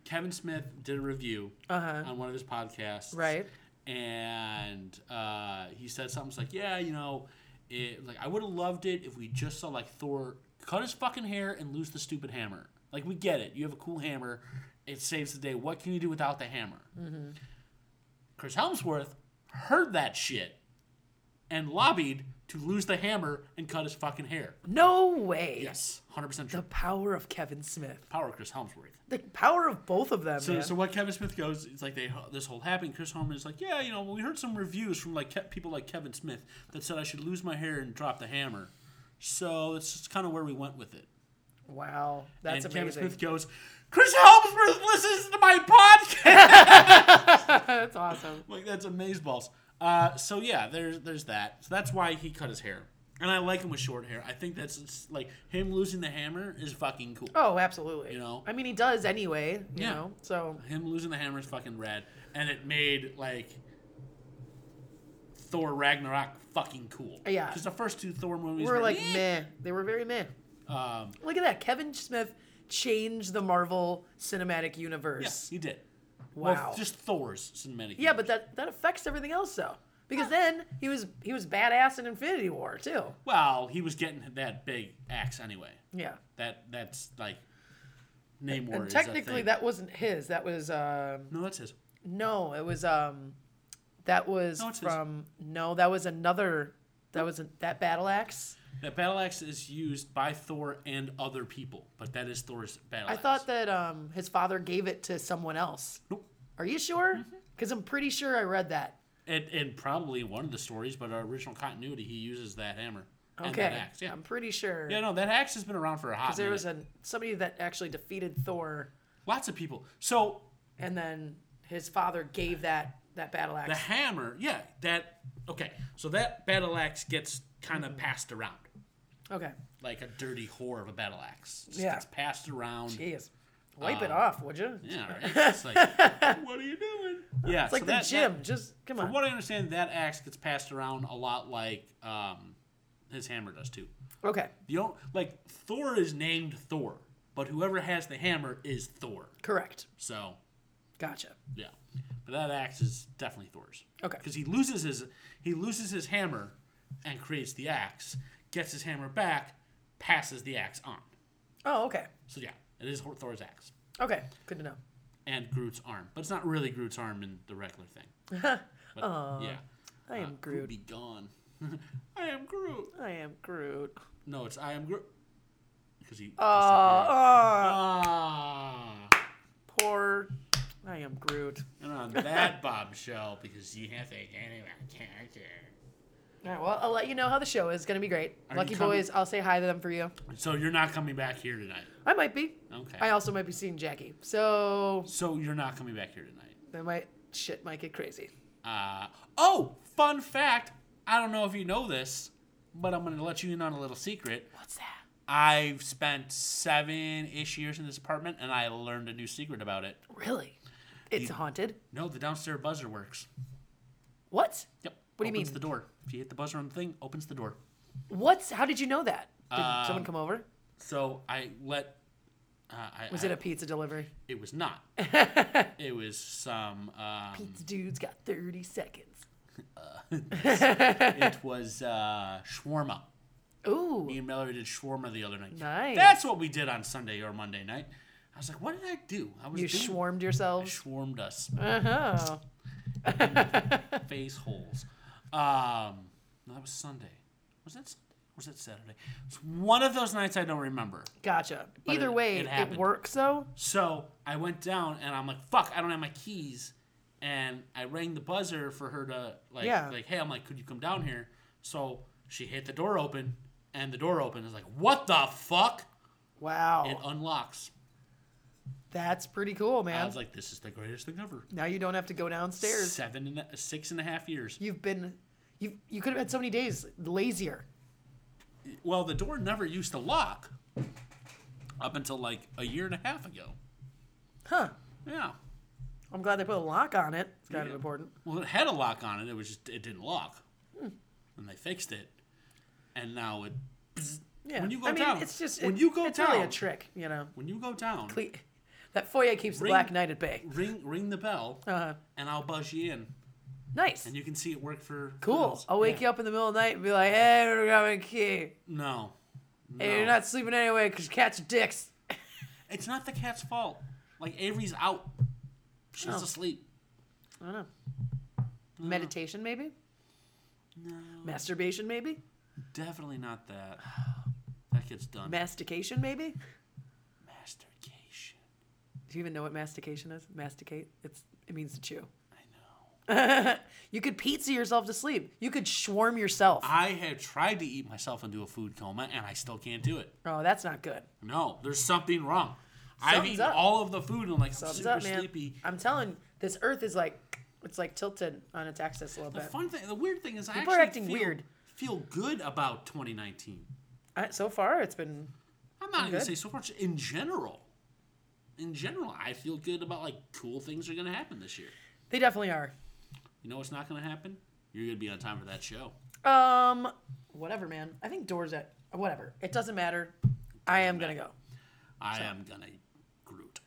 S3: Kevin Smith did a review on one of his podcasts.
S2: Right.
S3: And uh, he said something like, yeah, you know, it, like I would have loved it if we just saw like Thor cut his fucking hair and lose the stupid hammer. Like we get it. You have a cool hammer. It saves the day. What can you do without the hammer?
S2: Mm-hmm.
S3: Chris Helmsworth heard that shit and lobbied to lose the hammer and cut his fucking hair.
S2: No way.
S3: Yes, hundred percent
S2: The
S3: true.
S2: power of Kevin Smith.
S3: Power of Chris Helmsworth.
S2: The power of both of them.
S3: So,
S2: man.
S3: so what Kevin Smith goes, it's like they this whole happened. Chris Holman is like, yeah, you know, we heard some reviews from like Ke- people like Kevin Smith that said I should lose my hair and drop the hammer. So it's just kind of where we went with it.
S2: wow, that's
S3: and Kevin
S2: amazing.
S3: Smith goes, Chris Helmsworth listens to my podcast.
S2: that's awesome.
S3: like that's amazeballs. Uh, so yeah, there's there's that. So that's why he cut his hair. And I like him with short hair. I think that's it's like him losing the hammer is fucking cool.
S2: Oh, absolutely.
S3: You know?
S2: I mean, he does anyway. You
S3: Yeah.
S2: know, so
S3: Him losing the hammer is fucking rad, and it made like Thor Ragnarok fucking cool.
S2: Yeah.
S3: because the first two Thor movies
S2: we're like
S3: eh.
S2: meh. They were very meh.
S3: Um,
S2: Look at that, Kevin Smith changed the Marvel Cinematic
S3: yeah,
S2: Universe.
S3: he did.
S2: Wow.
S3: well, just Thor's cinematic.
S2: yeah, but that that affects everything else though, because then he was he was badass in Infinity War too.
S3: well, he was getting that big axe anyway.
S2: Yeah.
S3: That that's like name
S2: And
S3: word.
S2: technically, that wasn't his. That was um,
S3: no, that's his.
S2: no. It was um, that was
S3: No, it's his.
S2: from no. That was another. That was a, that battle axe.
S3: That battle axe is used by Thor and other people, but that is Thor's battle
S2: I
S3: axe.
S2: thought that um, his father gave it to someone else.
S3: Nope.
S2: Are you sure?
S3: Mm-hmm.
S2: Because I'm pretty sure I read that.
S3: And, and probably one of the stories, but our original continuity, he uses that hammer and
S2: Okay.
S3: that axe. Yeah.
S2: I'm pretty sure.
S3: Yeah, no, that axe has been around for a hot
S2: there
S3: minute.
S2: was an somebody that actually defeated Thor,
S3: Lots of people. So
S2: and then his father gave that that battle axe.
S3: the hammer, yeah, that okay. So that battle axe gets kind
S2: Mm-hmm.
S3: of passed around
S2: okay.
S3: like a dirty whore of a battle axe. Just
S2: Yeah.
S3: gets passed around.
S2: Jeez. Wipe it off, would you?
S3: Um, Yeah, right. It's like, what are you doing? Yeah,
S2: It's like
S3: so
S2: the
S3: that- that-
S2: gym. Just come on.
S3: From what I understand, that axe gets passed around a lot like um, his hammer does too.
S2: Okay.
S3: You don't like Thor is named Thor, but whoever has the hammer is Thor.
S2: Correct.
S3: So
S2: Gotcha.
S3: yeah, but that axe is definitely Thor's.
S2: Okay.
S3: because he loses his he loses his hammer and creates the axe, gets his hammer back, passes the axe on.
S2: Oh, okay.
S3: So yeah, it is Thor's axe
S2: Okay. Good to know.
S3: and Groot's arm, but it's not really Groot's arm in the regular thing. But, yeah,
S2: I am Groot.
S3: Groot be gone. I am Groot.
S2: I am Groot.
S3: No, it's I am Groot. Because he.
S2: Oh, oh,
S3: Ah.
S2: poor. I am Groot.
S3: And on that bombshell, because you have to get him out of character.
S2: All right. Well, I'll let you know how the show is. It's gonna be great.
S3: Are you
S2: Lucky
S3: coming?
S2: boys. I'll say hi to them for you.
S3: So you're not coming back here tonight.
S2: I might be.
S3: Okay.
S2: I also might be seeing Jackie. So
S3: so you're not coming back here tonight.
S2: that might shit might get crazy.
S3: Uh, oh, fun fact. I don't know if you know this, but I'm going to let you in on a little secret.
S2: What's that?
S3: I've spent seven ish years in this apartment and I learned a new secret about it.
S2: Really? It's haunted.
S3: No, the downstairs buzzer works.
S2: What?
S3: Yep.
S2: What do you
S3: Opens
S2: mean?
S3: the door. If you hit the buzzer on the thing, opens the door.
S2: What's? How did you know that? Did
S3: Um,
S2: someone come over?
S3: So I let. Uh, I,
S2: Was
S3: I-
S2: it a pizza delivery?
S3: It was not. it was some. Um,
S2: Pizza dude's got 30 seconds.
S3: it was uh, shawarma. Me
S2: Ooh,
S3: and Mallory did shawarma the other night.
S2: Nice.
S3: That's what we did on Sunday or Monday night. I was like, what did I do? I was
S2: you
S3: doing
S2: swarmed yourselves.
S3: shawarmed us
S2: Uh huh.
S3: face holes. Um, no, that was Sunday. Was that Sunday? Was that Saturday? It's one of those nights I don't remember.
S2: Gotcha.
S3: But
S2: Either
S3: it-
S2: way,
S3: it
S2: it,
S3: happened.
S2: works though.
S3: So I went down and I'm like, fuck, I don't have my keys. And I rang the buzzer for her to like,
S2: Yeah.
S3: like, hey, I'm like, could you come down here? So she hit the door open, and the door open is like, what the fuck?
S2: Wow,
S3: It unlocks.
S2: that's pretty cool,
S3: I
S2: man.
S3: was like, this is the greatest thing ever.
S2: now you don't have to go downstairs.
S3: Seven and a, six and a half years.
S2: You've been, you you could have had so many days lazier.
S3: Well, the door never used to lock up until like a year and a half ago.
S2: Huh.
S3: Yeah.
S2: I'm glad they put a lock on it. It's kind
S3: Yeah.
S2: of important.
S3: Well, it had a lock on it. It was just it didn't lock,
S2: Hmm.
S3: and they fixed it, and now it.
S2: Yeah.
S3: When you go
S2: I mean,
S3: down-
S2: it's just
S3: when
S2: it-
S3: you go
S2: it's really a
S3: down-
S2: trick, you know.
S3: When you go down,
S2: Cle- That foyer keeps the
S3: Ring-
S2: Black Knight at bay.
S3: ring ring the bell,
S2: Uh,
S3: and I'll buzz you in,
S2: nice.
S3: and you can see it work for.
S2: Cool. I'll wake you up in the middle of the night and be like, hey, we're going key.
S3: No.
S2: And
S3: no.
S2: you're not sleeping anyway because cats are dicks.
S3: It's not the cat's fault. Like Avery's out. She's
S2: Oh.
S3: asleep.
S2: I don't know. Meditation, maybe?
S3: Mm. No. Mm.
S2: Masturbation, maybe?
S3: Definitely not that. That gets done.
S2: Mastication, maybe?
S3: Mastication.
S2: Do you even know what mastication is? Masticate? It's It means to chew.
S3: I know.
S2: You could pizza yourself to sleep. You could swarm yourself.
S3: I have tried to eat myself into a food coma, and I still can't do it.
S2: Oh, that's not good.
S3: No, there's something wrong. I've
S2: Something's
S3: eaten
S2: up.
S3: all of the food and I'm like
S2: Thumbs
S3: super
S2: up, man.
S3: sleepy.
S2: I'm telling this earth is like, it's like tilted on its axis a little
S3: The
S2: bit.
S3: fun thing, the weird thing is, I
S2: People are
S3: actually
S2: acting
S3: feel,
S2: weird.
S3: Feel good about 2019.
S2: I, so far, it's been
S3: I'm not gonna
S2: good.
S3: say so much in general. In general, I feel good about like cool things are gonna happen this year.
S2: They definitely are.
S3: You know what's not gonna happen? You're gonna be on time for that show.
S2: Um, whatever, man. I think doors at whatever. It doesn't matter. I am gonna go.
S3: I am gonna Groot.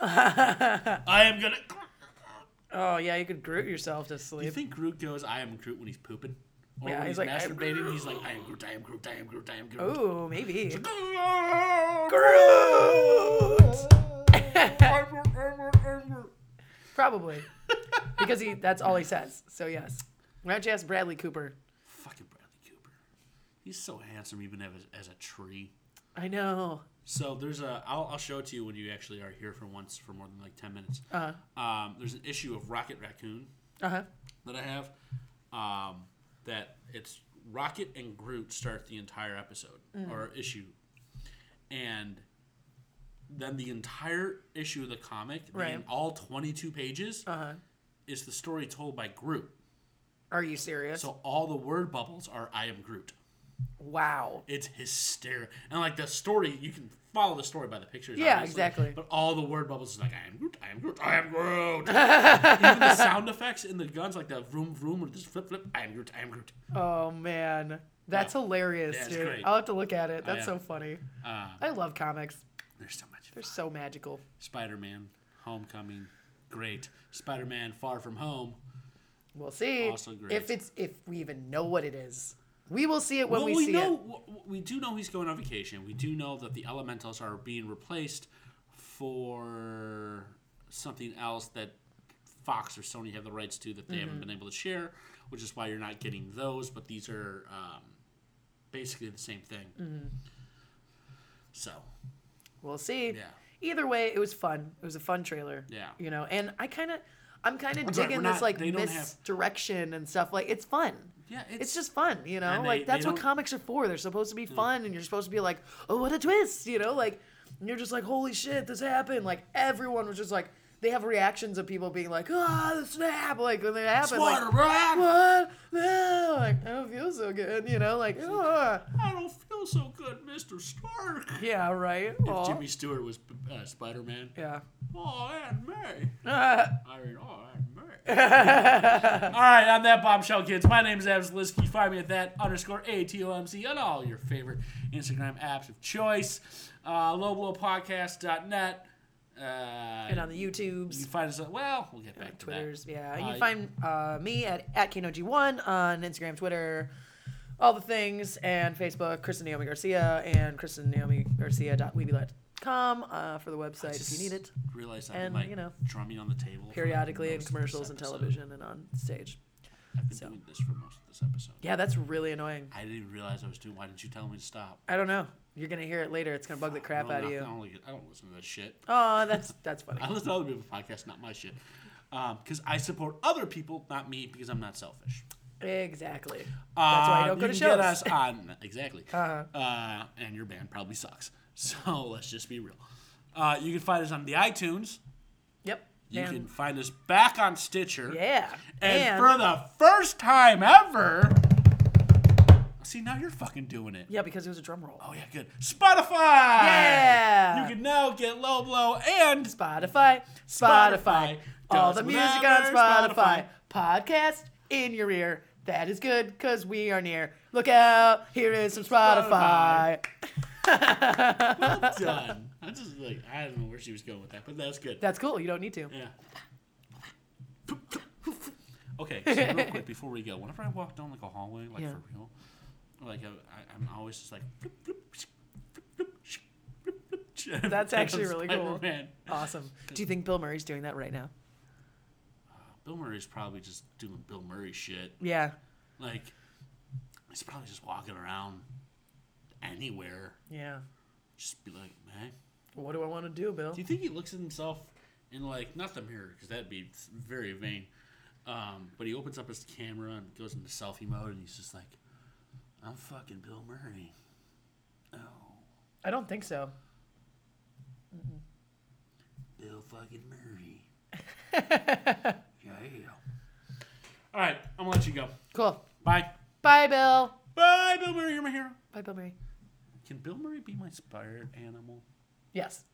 S3: I am gonna.
S2: Oh yeah, you could groot yourself to
S3: You
S2: sleep.
S3: think Groot goes, "I am Groot" when he's pooping, or
S2: Yeah,
S3: when
S2: he's
S3: he's,
S2: like, "I am
S3: masturbating? He's like, "I am Groot. I am Groot. I am Groot. I am Groot."
S2: Oh, maybe. Probably. because he that's all he says. So yes. Why don't you ask Bradley Cooper?
S3: Fucking Bradley Cooper. He's so handsome, even as, as a tree.
S2: I know.
S3: So there's a. I'll, I'll show it to you when you actually are here for once for more than like ten minutes.
S2: Uh-huh.
S3: Um, there's an issue of Rocket Raccoon
S2: Uh-huh.
S3: that I have. Um, that it's Rocket and Groot start the entire episode
S2: Mm.
S3: or issue, and then the entire issue of the comic,
S2: Right.
S3: in all 22 pages,
S2: Uh-huh.
S3: is the story told by Groot.
S2: Are you serious?
S3: So all the word bubbles are "I am Groot."
S2: wow.
S3: It's hysterical, and like the story, you can follow the story by the pictures.
S2: Yeah,
S3: obviously,
S2: exactly.
S3: But all the word bubbles is like "I am Groot," "I am Groot," "I am Groot." Even the sound effects in the guns, like the vroom vroom or this flip flip, "I am Groot," "I am Groot."
S2: Oh man. That's hilarious,
S3: Yeah, it's
S2: dude.
S3: great.
S2: I'll have to look at it. That's
S3: yeah.
S2: so funny.
S3: Uh,
S2: I love comics.
S3: there's so much.
S2: They're so magical.
S3: Spider Man, Homecoming, great. Spider Man, Far From Home.
S2: We'll see
S3: Also great.
S2: if it's if we even know what it is. We will see it when
S3: well,
S2: we,
S3: we,
S2: see
S3: know
S2: it.
S3: w- w- we do know he's going on vacation. We do know that the elementals are being replaced for something else that Fox or Sony have the rights to that they
S2: Mm-hmm.
S3: haven't been able to share, which is why you're not getting those. But these are um, basically the same thing.
S2: Mm-hmm.
S3: So
S2: We'll see.
S3: Yeah.
S2: Either way, it was fun. It was a fun trailer.
S3: Yeah.
S2: You know, and I kind of, I'm kind of
S3: sorry,
S2: digging
S3: we're
S2: this
S3: not-
S2: like
S3: they don't have-
S2: misdirection and stuff. Like it's fun.
S3: yeah, it's,
S2: It's just fun, you know.
S3: And they-
S2: like that's
S3: they
S2: what
S3: don't- Mm.
S2: comics are for. They're supposed to be fun, and you're supposed to be like, oh, what a twist, you know. Like and you're just like, holy shit, this happened. Like everyone was just like, they have reactions of people being like, ah, the snap, like when they happen. Like,
S3: Water, Brad!
S2: what? No, like "Ah." I don't feel so good, you know, like ugh.
S3: I don't feel so good, man. Mr. Stark.
S2: Yeah, right.
S3: If
S2: Aw.
S3: Jimmy Stewart was uh, Spider Man.
S2: Yeah.
S3: Oh, Aunt May. I mean, oh, Aunt May.
S2: All
S3: All right, I'm that bombshell, kids. My name is Ab Zalisky. Find me at that underscore A-T-O-M-C on all your favorite Instagram apps of choice. Uh, lowblowpodcast.net. Uh,
S2: and on
S3: you
S2: the YouTubes,
S3: can find us, on- well, we'll get back to
S2: Twitters, yeah. And you
S3: Uh,
S2: can find uh, me at, at KNOG1 on Instagram, Twitter, all the things, and Facebook, Kristen Naomi Garcia and Kristen Naomi Garcia.weebly.com uh, for the
S3: that.
S2: website if you need it.
S3: Realize I'm
S2: And,
S3: like
S2: you know,
S3: drumming on the table. for
S2: Periodically in
S3: most of this
S2: commercials and
S3: episode.
S2: television and on stage.
S3: I've been
S2: so.
S3: doing this for most of this episode.
S2: Yeah, that's really annoying.
S3: I didn't realize I was doing. Why didn't you tell me to stop?
S2: I don't know. You're gonna hear it later. It's gonna bug the crap
S3: I don't
S2: out of
S3: know- Uh, I
S2: you.
S3: don't, like it. I don't listen to that shit.
S2: Oh, that's that's funny.
S3: I listen to other people's podcasts, not my shit. Because I support other people, not me, because I'm not selfish.
S2: Exactly. That's why I don't
S3: Um,
S2: go
S3: you
S2: to
S3: can get
S2: shows.
S3: us on- exactly.
S2: Uh-huh.
S3: Uh, and your band probably sucks. So let's just be real. Uh, you can find us on the iTunes.
S2: Yep.
S3: You
S2: And-
S3: can find us back on Stitcher.
S2: Yeah.
S3: And, for the first time ever, see now you're fucking doing it.
S2: yeah, because it was a drum roll.
S3: Oh yeah, good. Spotify.
S2: Yeah.
S3: You can now get Low Blow and
S2: Spotify, Spotify,
S3: Spotify
S2: all
S3: does
S2: the music on
S3: whatever
S2: Spotify.
S3: Spotify.
S2: Podcast in your ear. That is good because we are near. Look out! Here is some Spotify.
S3: done. I just like I don't know where she was going with that, but that's good.
S2: That's cool. You don't need to.
S3: Yeah. Okay, so real quick before we go, whenever I walk down like a hallway, like
S2: Yeah.
S3: for real, like I, I, I'm always just like. Flip, flip, sh- flip, flip, sh- flip, flip, sh- every
S2: That's
S3: time
S2: actually really cool.
S3: Spider-Man.
S2: Awesome. Do you think Bill Murray's doing that right now?
S3: Bill Murray's probably just doing Bill Murray shit.
S2: Yeah.
S3: Like, he's probably just walking around anywhere,
S2: Yeah.
S3: just be like, man.
S2: What do I want to do, Bill?
S3: Do you think he looks at himself and like not them here because that'd be very vain? Um, but he opens up his camera and goes into selfie mode, and he's just like, "I'm fucking Bill Murray." Oh,
S2: I don't think so.
S3: Bill fucking Murray. yeah. All right, I'm gonna let you go.
S2: Cool.
S3: Bye.
S2: Bye, Bill.
S3: Bye, Bill Murray. You're my hero.
S2: Bye, Bill Murray.
S3: Can Bill Murray be my spirit animal?
S2: Yes.